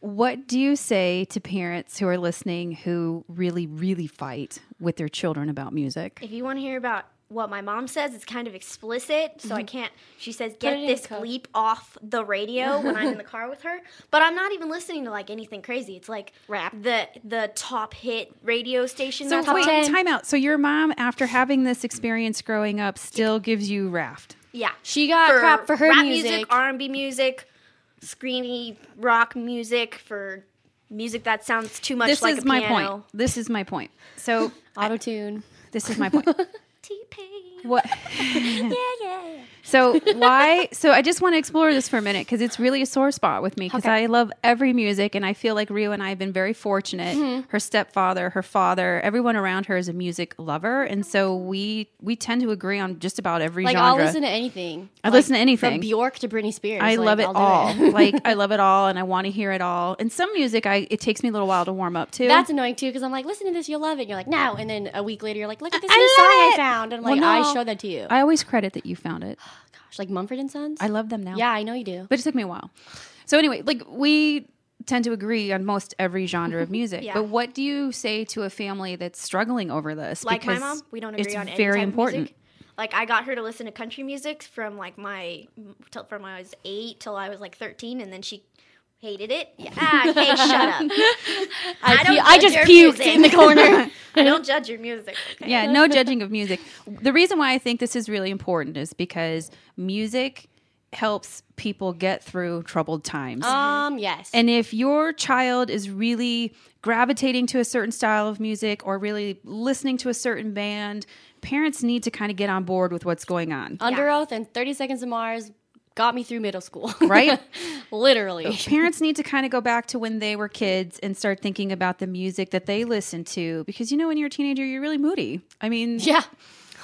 D: What do you say to parents who are listening who really, really fight with their children about music?
E: if you want to hear about what my mom says, it's kind of explicit, so I can't. She says, "Get
C: Mm-hmm. it in
E: this
C: the code."
E: bleep off the radio" when I'm in the car with her. But I'm not even listening to like anything crazy. It's like
C: Rap.
E: the the top hit radio station.
D: So
E: that's
D: wait,
E: on.
D: time out. So your mom, after having this experience growing up, still gives you raft.
E: yeah,
C: She got crap for her
E: rap
C: music.
E: R&B music, screamy rock music for music that sounds too much
D: This
E: like
D: is
E: a
D: my
E: piano.
D: point. This is my point. So
C: Auto tune.
D: this is my point.
E: T-Pain.
D: What? So why? So I just want to explore this for a minute because it's really a sore spot with me because I love every music and I feel like Rio and I have been very fortunate. Her stepfather, her father, everyone around her is a music lover, and so we we tend to agree on just about every
C: Like
D: genre.
C: I'll listen to anything.
D: I listen to
C: From
D: anything.
C: Bjork to Britney Spears.
D: I
C: Like,
D: love it
C: I'll do
D: all. like I love it all, and I want to hear it all. And some music, I it takes me a little while to warm up to.
C: That's annoying too, because I'm like, listen to this, you'll love it. And you're like, no. And then a week later, you're like, look at this
D: I
C: new
D: love
C: song I
D: it.
C: found. And I'm like,
D: Well, no.
C: I showed that to you.
D: I always credit that you found it.
C: Gosh, like Mumford and Sons?
D: I love them now.
C: Yeah, I know you do.
D: But it took me a while. So anyway, like we tend to agree on most every genre of music.
E: Yeah.
D: But what do you say to a family that's struggling over this?
E: like my
D: Because
E: mom, we don't agree
D: it's
E: on any
D: very
E: type of
D: important.
E: music. Like I got her to listen to country music from like my till, from when I was eight till I was like thirteen, and then she hated it. Yeah, ah, okay, shut up. I,
C: pu- I just puked in the corner.
E: I don't judge your music. okay?
D: Yeah, no judging of music. The reason why I think this is really important is because music helps people get through troubled times.
E: Oh.
C: Um, yes.
D: And if your child is really gravitating to a certain style of music or really listening to a certain band, parents need to kind of get on board with what's going on.
C: Under Oath and 30 Seconds to Mars got me through middle school.
D: Right?
C: Literally.
D: parents need to kind of go back to when they were kids and start thinking about the music that they listened to because you know when you're a teenager you're really moody. I mean,
C: Yeah.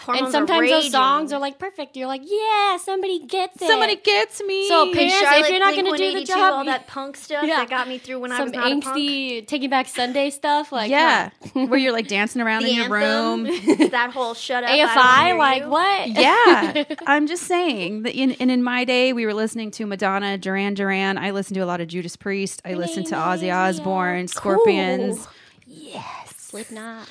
E: Hormones
C: and
E: are
C: sometimes those
E: raging.
C: songs are like perfect. You're like, yeah, somebody gets it.
D: somebody gets me.
C: So
E: And
C: parents, if
E: Charlotte
C: you're not going to do the
E: Blink-182,
C: job,
E: all that punk stuff
C: Yeah.
E: that got me through when I
C: some
E: was not a punk.
C: angsty Taking Back Sunday stuff, like
D: yeah,
C: huh.
D: where you're like dancing around
E: the
D: in your
E: anthem,
D: room.
E: that whole shut up. I don't
C: AFI,
E: hear
C: like
E: you.
C: what?
D: yeah, I'm just saying that. In, and in my day, we were listening to Madonna, Duran Duran. I listened to a lot of Judas Priest. I listened to Ozzy Osbourne, Scorpions.
C: Slipknot.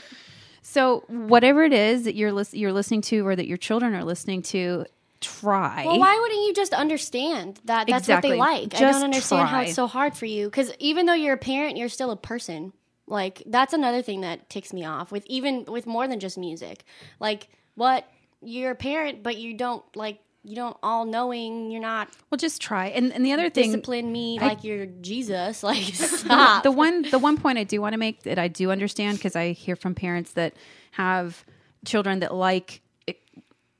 D: So whatever it is that you're lis- you're listening to, or that your children are listening to, try.
C: Well, why wouldn't you just understand that that's
D: E Exactly.
C: what they like? I
D: Just
C: don't understand how
D: try.
C: it's so hard for you because even though you're a parent, you're still a person. Like that's another thing that ticks me off with even with more than just music. Like what you're a parent, but you don't like you don't all knowing. You're not
D: Well, just try. And and the other thing,
C: discipline me like you're Jesus. Like stop.
D: the one the one point I do want to make that I do understand because I hear from parents that have children that like e-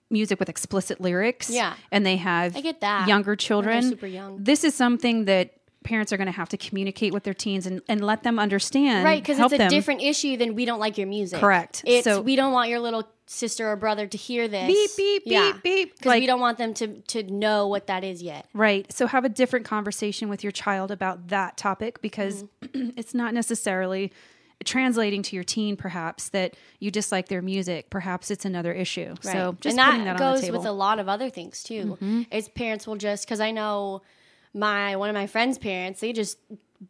D: music with explicit lyrics.
C: Yeah.
D: and they have
C: I get that,
D: younger
C: when they're
D: children.
C: super young.
D: This is something that parents are going to have to communicate with their teens and, and let them understand.
C: right because
D: help
C: it's a
D: them.
C: different issue than we don't like your music
D: Correct.
C: it's
D: So-
C: we don't want your little sister or brother to hear this
D: Beep, beep, beep, beep.
C: because
D: Like-
C: we don't want them to to know what that is yet
D: Right. So have a different conversation with your child about that topic because
C: Mm-hmm.
D: it's not necessarily translating to your teen perhaps that you dislike their music perhaps it's another issue so just
C: and that,
D: putting that
C: goes
D: on the table. Mm-hmm.
C: with a lot of other things too is parents will just because i know my one of my friends parents they just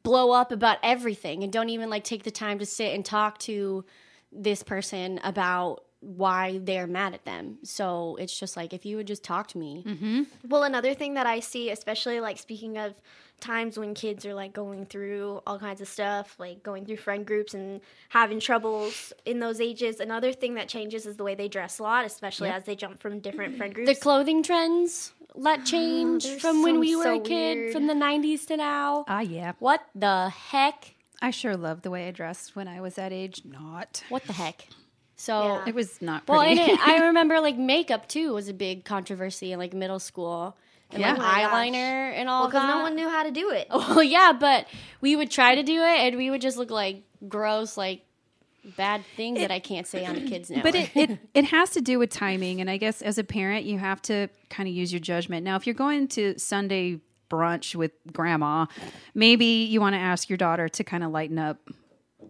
C: blow up about everything and don't even like take the time to sit and talk to this person about why they're mad at them so it's just like if you would just talk to me
D: Mm-hmm.
E: Well, another thing that I see, especially like speaking of times when kids are like going through all kinds of stuff, like going through friend groups and having troubles in those ages, another thing that changes is the way they dress a lot, especially as they jump from different friend
C: Mm-hmm. the
E: groups.
C: clothing trends let change
E: there's
C: from when
E: some
C: we were
E: so
C: a kid
E: weird.
C: from the 90s to now
D: ah yeah
C: what the heck
D: i sure loved the way i dressed when i was that age not
C: what the heck so
E: Yeah.
D: it was not pretty
C: well and it, i remember like makeup too was a big controversy in like middle school and
D: Yeah.
C: like
D: Oh
E: my gosh.
C: eyeliner and all
E: because
C: that
E: no one knew how to do it.
C: well yeah but we would try to do it and we would just look like gross like bad things that i can't say on the kids now
D: but it, it it has to do with timing and i guess as a parent you have to kind of use your judgment now if you're going to sunday brunch with grandma maybe you want to ask your daughter to kind of lighten up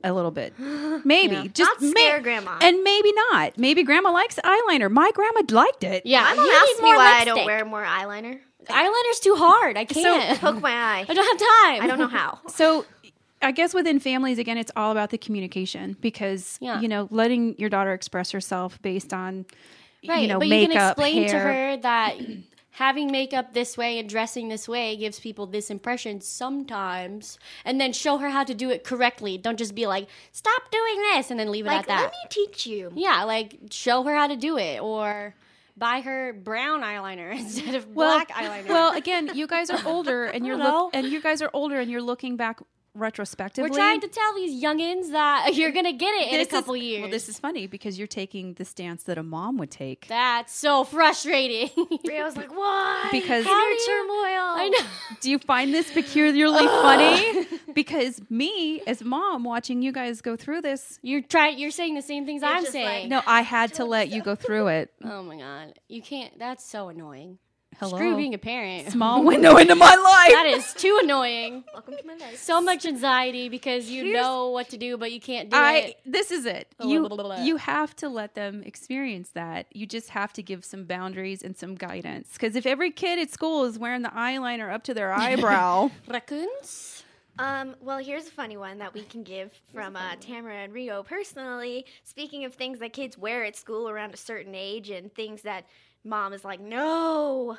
D: a little bit maybe just
E: Not scare grandma.
D: and maybe not maybe grandma likes eyeliner my grandma liked it
C: yeah
E: My mom
C: you
E: asked
C: need
E: me
C: more
E: why I
C: lipstick.
E: don't wear more eyeliner.
C: eyeliner's too hard i can't
E: Poke my eye.
C: i don't have time
E: I don't know how.
D: so I guess within families, again, it's all about the communication because
C: Yeah.
D: you know letting your daughter express herself based on
C: right
D: you know
C: but
D: makeup,
C: you can explain
D: hair,
C: to her that having makeup this way and dressing this way gives people this impression sometimes and then show her how to do it correctly don't just be like stop doing this and then leave it
E: Like,
C: at that
E: let me teach you.
C: yeah like show her how to do it or buy her brown eyeliner instead of black eyeliner
D: Well, again, you guys are older, and you're
C: know.
D: look, and you guys are older, and you're looking back retrospectively.
C: we're trying to tell these youngins that you're gonna get it in
D: This
C: a couple
D: is,
C: years
D: Well, this is funny because you're taking the stance that a mom would take
C: that's so frustrating
E: I was like, why?
D: because
C: turmoil i know
D: Do you find this peculiarly funny? Because me, as mom, watching you guys go through this,
C: you're trying you're saying the same things i'm
E: just like,
C: saying
D: no, I had to let you go through it.
C: Oh my god, you can't. That's so annoying.
D: Hello.
C: Screw being a parent.
D: small window into my life.
C: that is too annoying.
E: Welcome to my life.
C: So much anxiety because you
D: Here's-
C: know what to do, but you can't do
D: I
C: it.
D: this is it.
C: Oh, Blah,
D: You
C: blah, blah, blah.
D: you have to let them experience that. You just have to give some boundaries and some guidance. Because if every kid at school is wearing the eyeliner up to their eyebrow,
C: Raccoons?
E: Um, well, here's a funny one that we can give from uh, Tamara and Rio personally. Speaking of things that kids wear at school around a certain age and things that mom is like, no,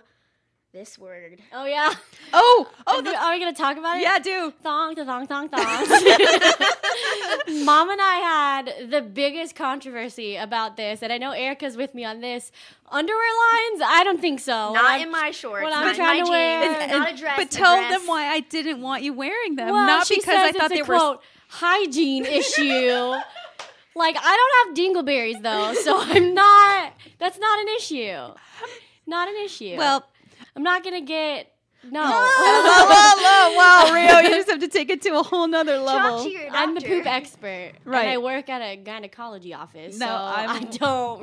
E: this word. Uh,
C: Oh yeah.
D: oh
C: Oh, are we gonna talk about it?
D: yeah, do
C: Thong to thong thong thong. Mom and I had the biggest controversy about this, and I know Erica's with me on this. Underwear lines? I don't think so.
E: not
C: I'm-
E: in my shorts.
C: when I'm
E: not in
C: trying
E: my
C: to
E: jeans.
C: wear-
E: not a dress.
D: But
E: a
D: tell
E: dress.
D: them why I didn't want you wearing them.
C: Well,
D: Not
C: she
D: because I
C: says
D: thought they
C: it's a,
D: were.
C: quote hygiene issue. like I don't have dingleberries though, so I'm not. That's not an issue. Not an issue.
D: Well,
C: I'm not gonna get no.
D: wow, Rio, you just have to take it to a whole nother level.
E: Talk to your doctor.
C: I'm the poop expert,
D: Right.
C: And I work at a gynecology office,
D: No,
C: so
D: I'm-
C: I don't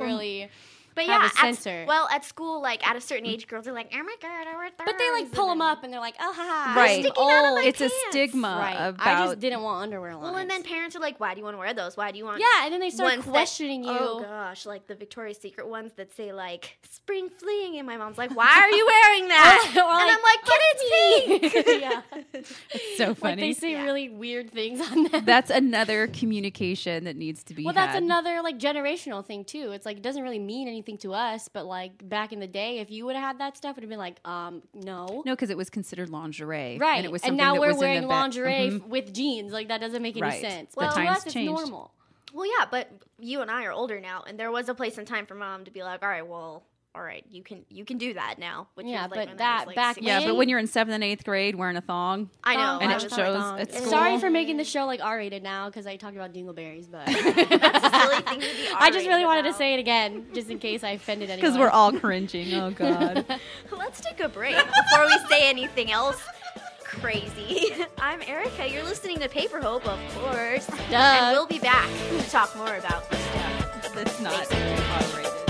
C: really.
E: But
C: have
E: yeah,
C: a
E: at,
C: sensor.
E: well, at school, like at a certain age, girls are like, oh my god, I wear
C: But they like
E: those,"
C: pull
E: and
C: them
E: then-
C: up, and they're like, "Oh, ha, ha,
D: right. Oh,
C: I'm
E: sticking out of my
D: it's
E: pants.
D: a stigma
C: Right.
D: about.
C: I just didn't want underwear lines.
E: Well, and then parents are like, why do you want to wear those? Why do you want?
C: yeah, and then they start
E: ones that-
C: questioning you.
E: Oh gosh, like the Victoria's Secret ones that say like spring fleeing, and my mom's like, why are you wearing that?
C: Or, or
E: and
C: like,
E: I'm like, but it's pink.
C: yeah,
D: so
C: like
D: funny.
C: they say really weird things on them.
D: that's another communication that needs to be.
C: Well, that's
D: had.
C: another like generational thing too. It's like it doesn't really mean anything to us, but like back in the day, if you would have had that stuff, it'd have been like, um, no,
D: No, because it was considered lingerie,
C: right.
D: And it was something
C: now
D: that
C: we're
D: was in the
C: wearing
D: ba-
C: lingerie
D: Mhm.
C: f- with jeans. Like that doesn't make any
D: Right.
C: sense.
D: The
C: But to
D: times
C: us,
D: changed.
C: it's normal.
E: well, yeah, but you and I are older now, and there was a place and time for mom to be like, all right, well, all right, you can you can do that now. Which
C: Yeah,
E: was,
C: but
E: like, when I was,
C: that
E: like,
C: back um,
E: six.
D: Yeah, but
C: When-
D: when you're in seventh and eighth grade wearing a thong,
E: I know,
C: Thong,
D: and
E: I
D: it
E: was
C: thong,
E: like,
D: shows
C: thong.
D: at
C: And
D: school.
C: Sorry for making the show like R-rated now because I talked about dingleberries, but
E: That's a silly thing to be
C: I just really
E: R-rated
C: wanted to
E: about.
C: say it again, just in case I offended anyone.
D: because we're all cringing. Oh God.
E: Let's take a break before we say anything else crazy. I'm Erica. You're listening to Paper Hope, of course. And we'll be back to talk more about this stuff.
D: That's not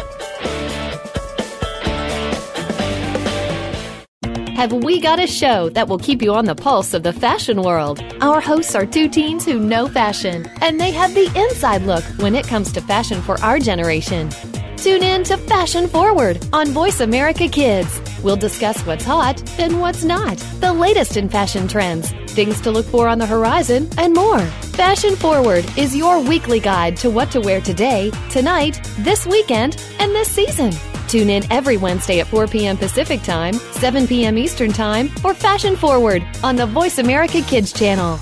B: Have we got a show that will keep you on the pulse of the fashion world? Our hosts are two teens who know fashion, and they have the inside look when it comes to fashion for our generation. Tune in to Fashion Forward on Voice America Kids. We'll discuss what's hot and what's not, the latest in fashion trends, things to look for on the horizon, and more. Fashion Forward is your weekly guide to what to wear today, tonight, this weekend, and this season. Tune in every Wednesday at 4 p.m. Pacific Time, 7 p.m. Eastern Time for Fashion Forward on the Voice America Kids channel.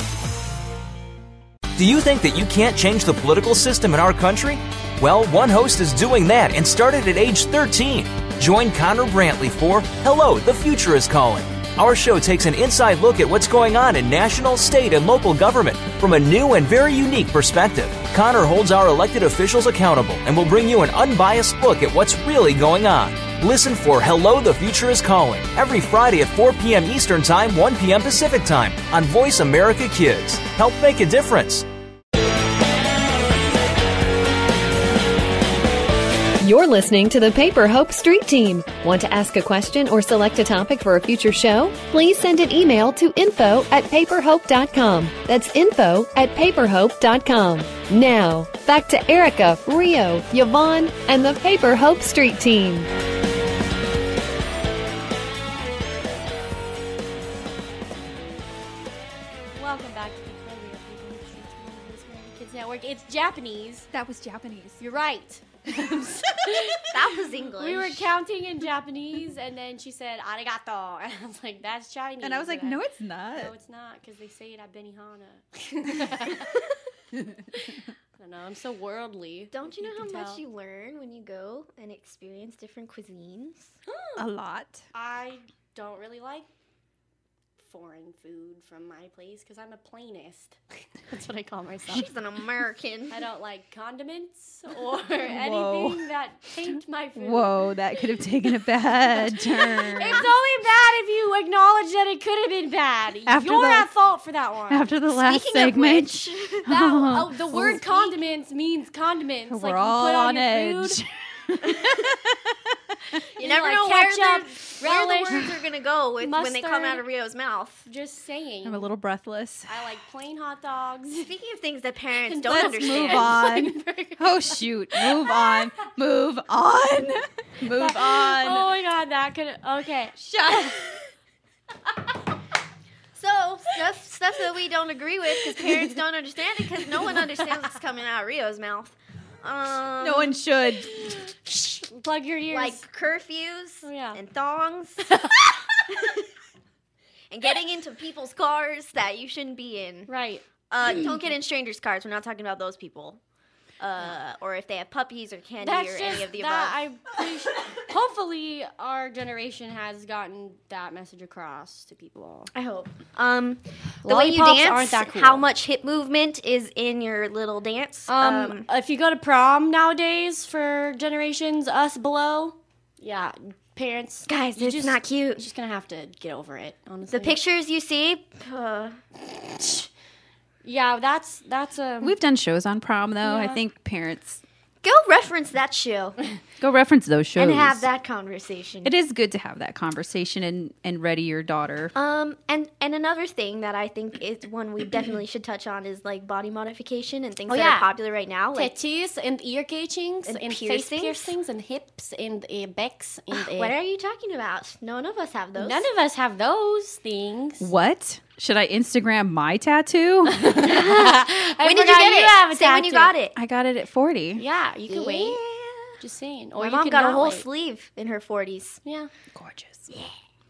F: Do you think that you can't change the political system in our country? Well, one host is doing that and started at age 13. Join Connor Brantley for Hello, the Future is Calling. Our show takes an inside look at what's going on in national, state, and local government from a new and very unique perspective. Connor holds our elected officials accountable and will bring you an unbiased look at what's really going on. Listen for Hello, the Future is Calling every Friday at 4 p.m. Eastern Time, 1 p.m. Pacific Time on Voice America Kids. Help make a difference.
B: You're listening to the Paper Hope Street Team. Want to ask a question or select a topic for a future show? Please send an email to info at paperhope.com. That's info at paperhope.com. Now, back to Erica, Rio, Yvonne, and the Paper Hope Street Team.
C: Welcome back to the Columbia People Who Shoot Children of This American Kids Network. It's Japanese.
D: That was Japanese.
C: You're right.
E: That was English.
C: We were counting in Japanese, and then she said "arigato," and I was like, "That's Chinese."
D: And I was like, no, it's
C: no,
D: not.
C: it's not," because they say it at Benihana. I don't know. I'm so worldly.
E: Don't you know how
C: can
E: much
C: tell.
E: you learn when you go and experience different cuisines?
D: A lot.
C: I don't really like foreign food from my place because I'm a plainist. That's what I call myself.
E: She's an American.
C: I don't like condiments or anything that taint my food.
D: Whoa, Oh, that could have taken a bad turn.
C: It's only bad if you acknowledge that it could have been bad.
D: After
C: You're
D: the-
C: at fault for that one.
D: After the last
E: Speaking of
D: segment,
E: which,
C: that, oh, the word condiments means condiments.
D: we're
C: like you
D: all
C: put on,
D: on
C: your food.
D: edge.
E: You never
C: like,
E: know where,
C: ketchup,
E: the- where
C: relish,
E: the words are gonna go with when they come out
C: mustard.
E: of Rio's mouth.
C: Just saying.
D: I'm a little breathless.
C: I like plain hot dogs.
E: Speaking of things that parents don't
C: Let's
E: understand,
D: Move on. Oh shoot. Move on. Move on. Move
C: Oh
D: on.
C: my god, that could okay.
D: Shut.
E: so stuff stuff that we don't agree with because parents don't understand it because no one understands what's coming out of Rio's mouth. Um,
D: No one should.
C: Plug your ears.
E: like curfews
C: Oh, yeah.
E: and thongs and getting into people's cars that you shouldn't be in.
C: right.
E: Uh,
C: Hmm.
E: don't get in strangers' cars. We're not talking about those people. Uh, or if they have puppies or candy
C: That's
E: or
C: just
E: any of the above.
C: that I pretty su- hopefully our generation has gotten that message across to people.
E: I hope. Um, the way you
C: Lollipops
E: dance,
C: aren't that cool.
E: how much hip movement is in your little dance?
C: Um, if you go to prom nowadays for generations us below, yeah, parents,
E: guys,
C: you
E: it's
C: just-
E: not
C: You're
E: cute.
C: just gonna have to get over it, honestly.
E: The pictures you see, uh,
C: Yeah, that's that's um.
D: We've done shows on prom though. I think parents
E: go reference that show
D: go reference those shows
E: and have that conversation.
D: It is good to have that conversation and and ready your daughter.
E: Um, and and another thing that I think is one we definitely should touch on is like body modification and things that
C: Oh, yeah.
E: are popular right now. Like,
C: tattoos and ear gauchings and,
E: And
C: face
E: piercings?
C: piercings and hips and uh, backs and uh,
E: what are you talking about? None of us have those.
C: None of us have those things.
D: What? Should I Instagram my tattoo?
C: I
E: when did you
C: forgot
E: get it?
C: have a
E: Say when you
C: tattoo.
E: got it.
D: I got it at 40.
C: Yeah, you can wait.
E: Yeah.
C: Just saying. Or
E: My
C: you
E: mom
C: could
E: got a
C: not
E: whole
C: wait.
E: sleeve in her forties.
C: Yeah,
D: Gorgeous.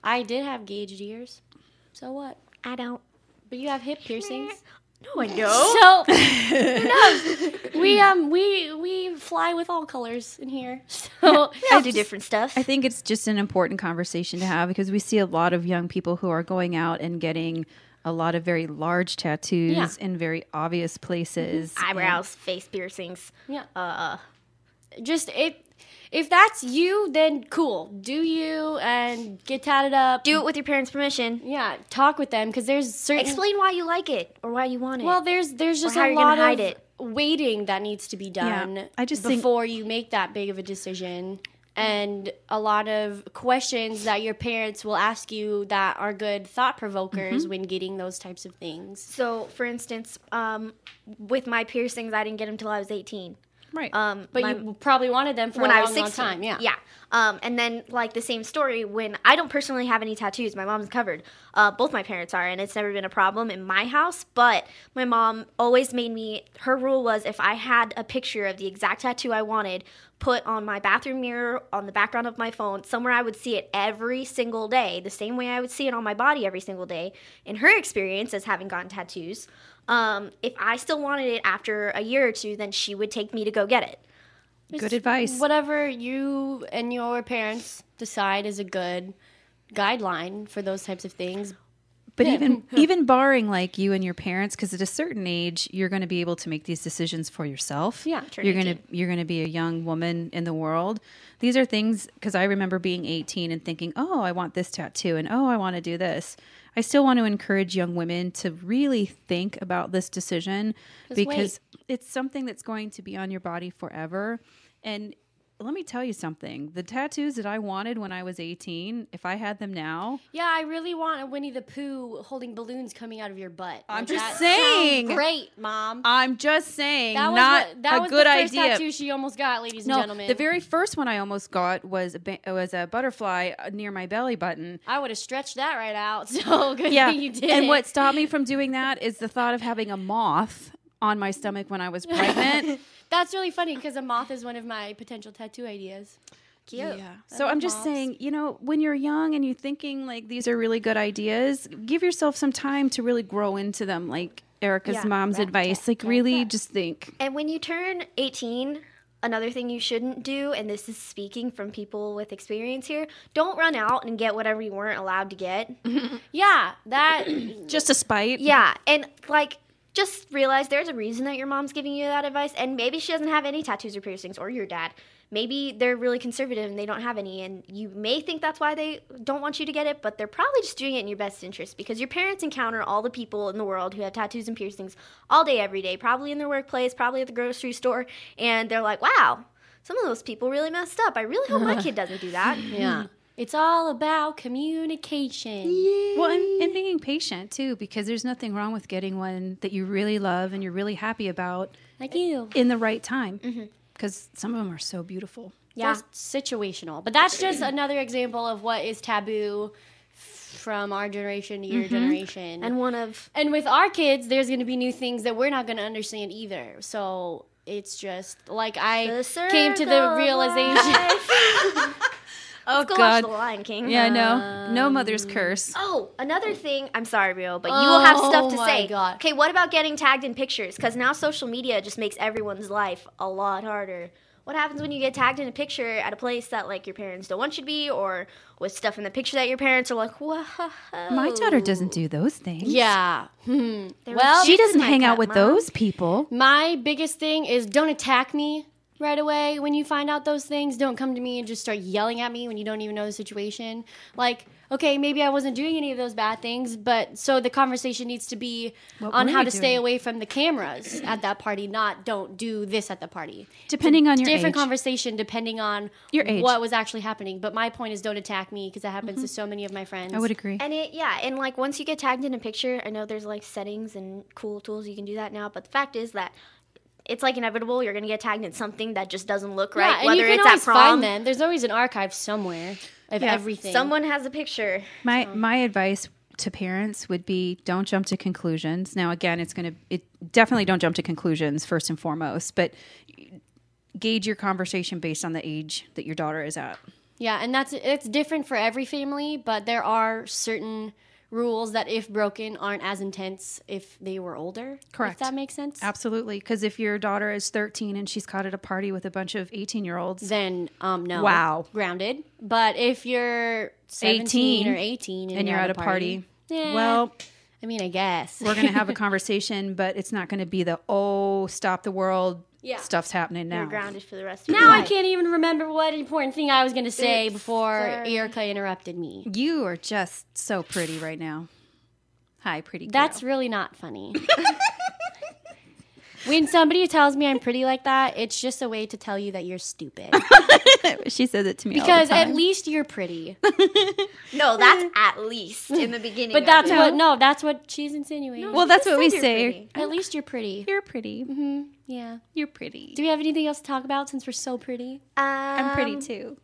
C: I did have gauged ears. So what?
E: I don't.
C: But you have hip piercings.
E: No, I know.
C: So who knows? We um we we fly with all colors in here. So
E: I do different stuff.
D: I think it's just an important conversation to have because we see a lot of young people who are going out and getting a lot of very large tattoos
C: Yeah.
D: in very obvious places.
E: Mm-hmm. Eyebrows, face piercings.
C: yeah,
E: Uh,
C: Uh-uh. just it. If that's you, then cool. Do you and get tatted up.
E: do it with your parents' permission.
C: yeah, talk with them because there's certain.
E: Explain why you like it or why you want it.
C: Well, there's there's just
E: how
C: a
E: you're gonna
C: lot
E: hide
C: of
E: it.
C: waiting that needs to be done.
D: I just think-
C: before you make that big of a decision, and a lot of questions that your parents will ask you that are good thought provokers
E: Mm-hmm.
C: when getting those types of things.
E: so, for instance, um, with my piercings, I didn't get them till I was eighteen.
D: Right.
E: Um,
C: But
E: my-
C: you probably wanted them for
E: when
C: a long,
E: I was
C: long
E: 16.
C: time. Yeah,
E: Yeah. Um, and then like the same story when I don't personally have any tattoos. My mom's covered. Uh, both my parents are, and it's never been a problem in my house. But my mom always made me. Her rule was if I had a picture of the exact tattoo I wanted put on my bathroom mirror, on the background of my phone, somewhere I would see it every single day, the same way I would see it on my body every single day. In her experience as having gotten tattoos. Um, if I still wanted it after a year or two, then she would take me to go get it.
D: Good advice.
C: Whatever you and your parents decide is a good guideline for those types of things.
D: But even even barring like you and your parents, because at a certain age, you're going to be able to make these decisions for yourself.
C: Yeah.
E: Turn
D: you're going to you're going to be a young woman in the world. These are things because I remember being 18 and thinking, oh, I want this tattoo, and oh, I want to do this. I still want to encourage young women to really think about this decision because it's something that's going to be on your body forever. And let me tell you something: the tattoos that I wanted when I was 18, if I had them now,
C: Yeah, I really want a Winnie the Pooh holding balloons coming out of your butt.
D: I'm
C: Like,
D: just
C: that sounds
D: saying.
C: Great, mom.
D: I'm just saying,
C: That was
D: not
C: what, that
D: a
C: was
D: good
C: the first
D: idea.
C: tattoo she almost got, ladies
D: no,
C: and gentlemen.
D: the very first one I almost got was a ba- was a butterfly uh, near my belly button.
C: I would have stretched that right out. So good thing you did.
D: and
C: it.
D: what stopped me from doing that is the thought of having a moth on my stomach when I was pregnant.
C: That's really funny because a moth is one of my potential tattoo ideas.
E: Cute.
D: So I'm just saying, you know, when you're young and you're thinking like these are really good ideas, give yourself some time to really grow into them. Like Erica's
E: Yeah.
D: mom's advice, like really just think.
E: And when you turn 18, another thing you shouldn't do, and this is speaking from people with experience here, don't run out and get whatever you weren't allowed to get.
C: Yeah, that
D: Just a spite.
E: yeah, and like just realize there's a reason that your mom's giving you that advice, and maybe she doesn't have any tattoos or piercings, or your dad. Maybe they're really conservative and they don't have any, and you may think that's why they don't want you to get it, but they're probably just doing it in your best interest because your parents encounter all the people in the world who have tattoos and piercings all day, every day, probably in their workplace, probably at the grocery store, and they're like, wow, some of those people really messed up. I really hope my kid doesn't do that.
C: Yeah. It's all about communication.
D: Well, and, and being patient too, because there's nothing wrong with getting one that you really love and you're really happy about
C: Like you.
D: in the right time. Because some of them are so beautiful.
C: Yeah. situational. But that's just another example of what is taboo from our generation to your generation.
E: And one of
C: and with our kids, there's going to be new things that we're not going to understand either. So it's just like I
E: The
C: came to
E: circle
C: the
E: of
C: realization.
D: Oh
E: go watch The Lion King.
D: Yeah, no, no mother's curse.
E: Oh, another thing. I'm sorry, Rio, but you will have stuff
C: Mm. Oh
E: to
C: my
E: say.
C: God.
E: Okay, what about getting tagged in pictures? Because now social media just makes everyone's life a lot harder. What happens when you get tagged in a picture at a place that like your parents don't want you to be, or with stuff in the picture that your parents are like, whoa.
D: My daughter doesn't do those things.
C: yeah. Hmm.
E: There was
C: Well,
D: She
E: cheeks in
D: doesn't
E: my
D: hang out
E: cup,
D: with
E: Mom.
D: those people.
C: my biggest thing is don't attack me right away when you find out those things don't come to me and just start yelling at me when you don't even know the situation like okay maybe i wasn't doing any of those bad things but so the conversation needs to be
D: What
C: on
D: were
C: how
D: you
C: to stay
D: doing?
C: away from the cameras at that party not don't do this at the party
D: Depending on your
C: different
D: age.
C: conversation depending on
D: Your age. Mm-hmm.
C: what was actually happening but my point is don't attack me because that happens to so many of my friends
D: I would agree.
E: And it, yeah, and like once you get tagged in a picture, I know there's like settings and cool tools you can do that now, but the fact is that it's like inevitable you're gonna get tagged in something that just doesn't look
C: yeah,
E: right,
C: and
E: whether
C: you can
E: it's at
C: always
E: prom.
C: find them there's always an archive somewhere of everything
E: Someone has a picture.
D: My my advice to parents would be don't jump to conclusions. Now again, it's going to it definitely don't jump to conclusions first and foremost, but gauge your conversation based on the age that your daughter is at.
C: Yeah, and that's it's different for every family, but there are certain rules that if broken aren't as intense if they were older.
D: Correct.
C: If that makes sense.
D: Absolutely, because if your daughter is 13 and she's caught at a party with a bunch of 18-year-olds,
C: Then um no.
D: Wow.
C: Grounded. But if you're 17
D: 18
C: or 18 and,
D: and you're at a party,
C: yeah,
D: well,
C: I mean, I guess.
D: we're going to have a conversation, but it's not going to be the oh, stop the world,
C: Yeah.
D: stuff's happening now.
E: You're grounded for the rest of your
C: Now I
E: life.
C: can't even remember what important thing I was going to say before
E: sorry.
C: Erica interrupted me.
D: You are just so pretty right now. Hi, pretty. Girl.
C: That's really not funny. when somebody tells me I'm pretty like that, it's just a way to tell you that you're stupid.
D: she says it to me all the
C: Because at
D: time.
C: least you're pretty.
E: No, that's at least in the beginning.
C: But
E: of
C: that's
E: it.
C: what no, that's what she's insinuating.
D: well, that's
E: You
D: what we
E: said you're
D: say. Mm-hmm.
E: pretty.
C: at least you're pretty.
D: You're pretty.
C: Yeah.
D: You're pretty.
C: Do we have anything else to talk about since we're so pretty?
D: I'm pretty
E: Um,
D: too.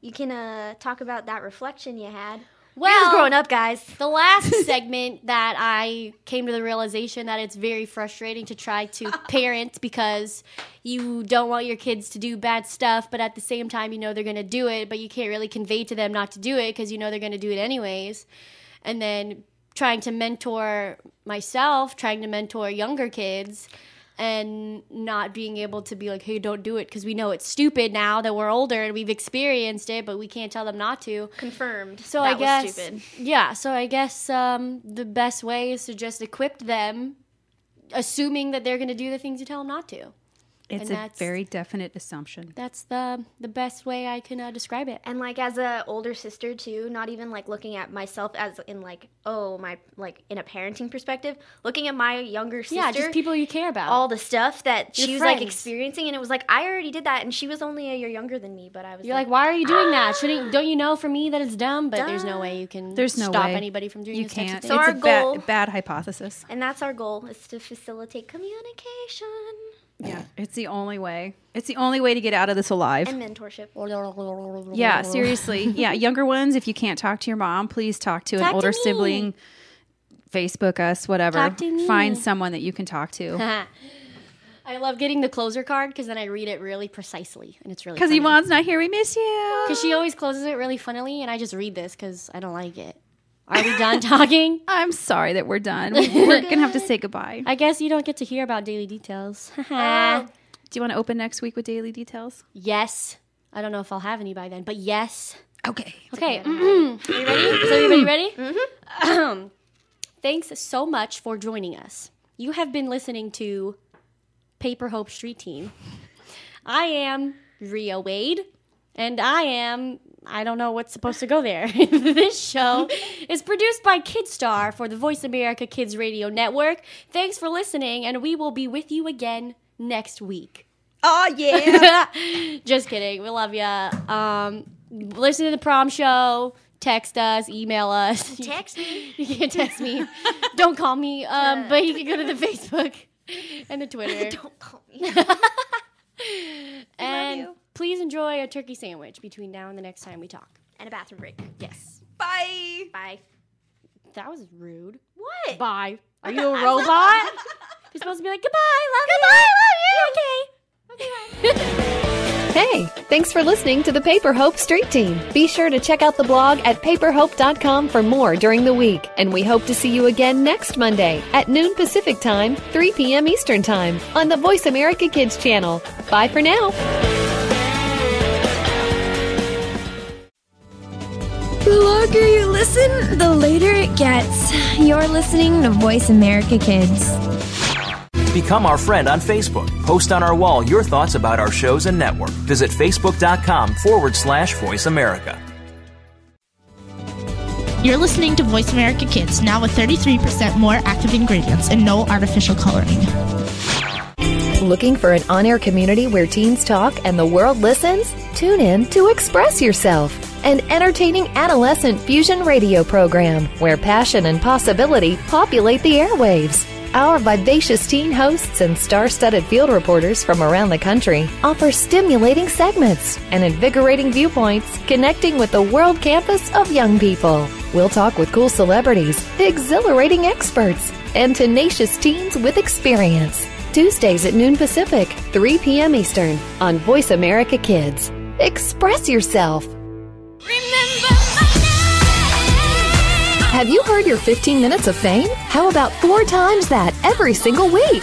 E: You can uh, talk about that reflection you had. Well,
C: Well,
E: growing up, guys.
C: the last segment that I came to the realization that it's very frustrating to try to parent because you don't want your kids to do bad stuff, but at the same time you know they're going to do it, but you can't really convey to them not to do it because you know they're going to do it anyways. And then trying to mentor myself, trying to mentor younger kids and not being able to be like, "Hey, don't do it" because we know it's stupid now that we're older and we've experienced it, but we can't tell them not to.
E: Confirmed.
C: So
E: that
C: I guess,
E: was stupid.
C: yeah. So I guess um, the best way is to just equip them, assuming that they're going to do the things you tell them not to.
D: It's
C: and
D: a
C: that's-
D: very definite assumption.
C: That's the the best way I can uh, describe it.
E: And like as a older sister too, not even like looking at myself as in like oh my like in a parenting perspective, looking at my younger sister.
C: yeah, just people you care about.
E: all the stuff that
C: Your
E: she was like
C: friends.
E: experiencing, and it was like I already did that, and she was only a year younger than me, but I was
C: You're like, why are you doing that? Shouldn't don't you know for me that it's dumb? But there's no way you can
D: There's no
C: stop
D: way.
C: anybody from doing
D: You
C: those
D: can't.
C: types of
E: So
D: it's a
E: our
D: ba-
E: goal-
D: bad hypothesis.
E: and that's our goal is to facilitate communication
D: Yeah, it's the only way. It's the only way to get out of this alive.
E: and mentorship.
C: things.
D: yeah, seriously. Yeah, younger ones. If you can't talk to your mom, please talk to
C: Talk
D: an
C: to
D: older
C: me.
D: sibling. Facebook us, whatever.
C: Talk to me.
D: Find someone that you can talk to.
C: I love getting the closer card because then I read it really precisely and it's really
D: Because
C: funny.
D: Yvonne's not here, we miss you.
C: Because she always closes it really funnily, and I just read this because I don't like it. Are we done talking?
D: I'm sorry that we're done. We- We're gonna have to say goodbye.
C: I guess you don't get to hear about daily details.
D: Do you want to open next week with daily details?
C: yes. I don't know if I'll have any by then, but yes.
D: Okay.
C: Okay. Mm-mm. Are you ready? Is everybody ready? Mm-hmm. Thanks so much for joining us. You have been listening to Paper Hope Street Team. I am Ria Wade, and I am. I don't know what's supposed to go there. this show is produced by Kidstar for the Voice America Kids Radio Network. Thanks for listening, and we will be with you again next week.
D: Oh yeah.
C: Just kidding. We love ya. Um, listen to the prom show. Text us, email us.
E: Text me.
C: You can't text me. Don't call me. Um, but you can go to the Facebook and the Twitter.
E: Don't call me.
C: and
E: you.
C: please enjoy a turkey sandwich between now and the next time we talk.
E: And a bathroom break.
C: Yes.
D: Bye.
E: Bye.
C: That was rude.
E: What?
C: Bye. Are you a robot? You're supposed to be like, goodbye, love goodbye, love you. Okay. Okay, bye.
B: Hey, thanks for listening to the Paper Hope Street Team. Be sure to check out the blog at paperhope.com for more during the week. And we hope to see you again next Monday at noon Pacific Time, 3 p.m. Eastern Time on the Voice America Kids channel. Bye for now.
A: The longer you listen, the later it gets. You're listening to Voice America Kids.
F: Become our friend on Facebook. Post on our wall your thoughts about our shows and network. Visit facebook.com forward slash voice America.
G: You're listening to Voice America Kids, now with 33% more active ingredients and no artificial coloring.
B: Looking for an on air community where teens talk and the world listens? Tune in to Express Yourself, an entertaining adolescent fusion radio program where passion and possibility populate the airwaves. Our vivacious teen hosts and star studded field reporters from around the country offer stimulating segments and invigorating viewpoints connecting with the world campus of young people. We'll talk with cool celebrities, exhilarating experts, and tenacious teens with experience. Tuesdays at noon Pacific, 3 p.m. Eastern on Voice America Kids. Express yourself. Have you heard your 15 minutes of fame? How about four times that every single week?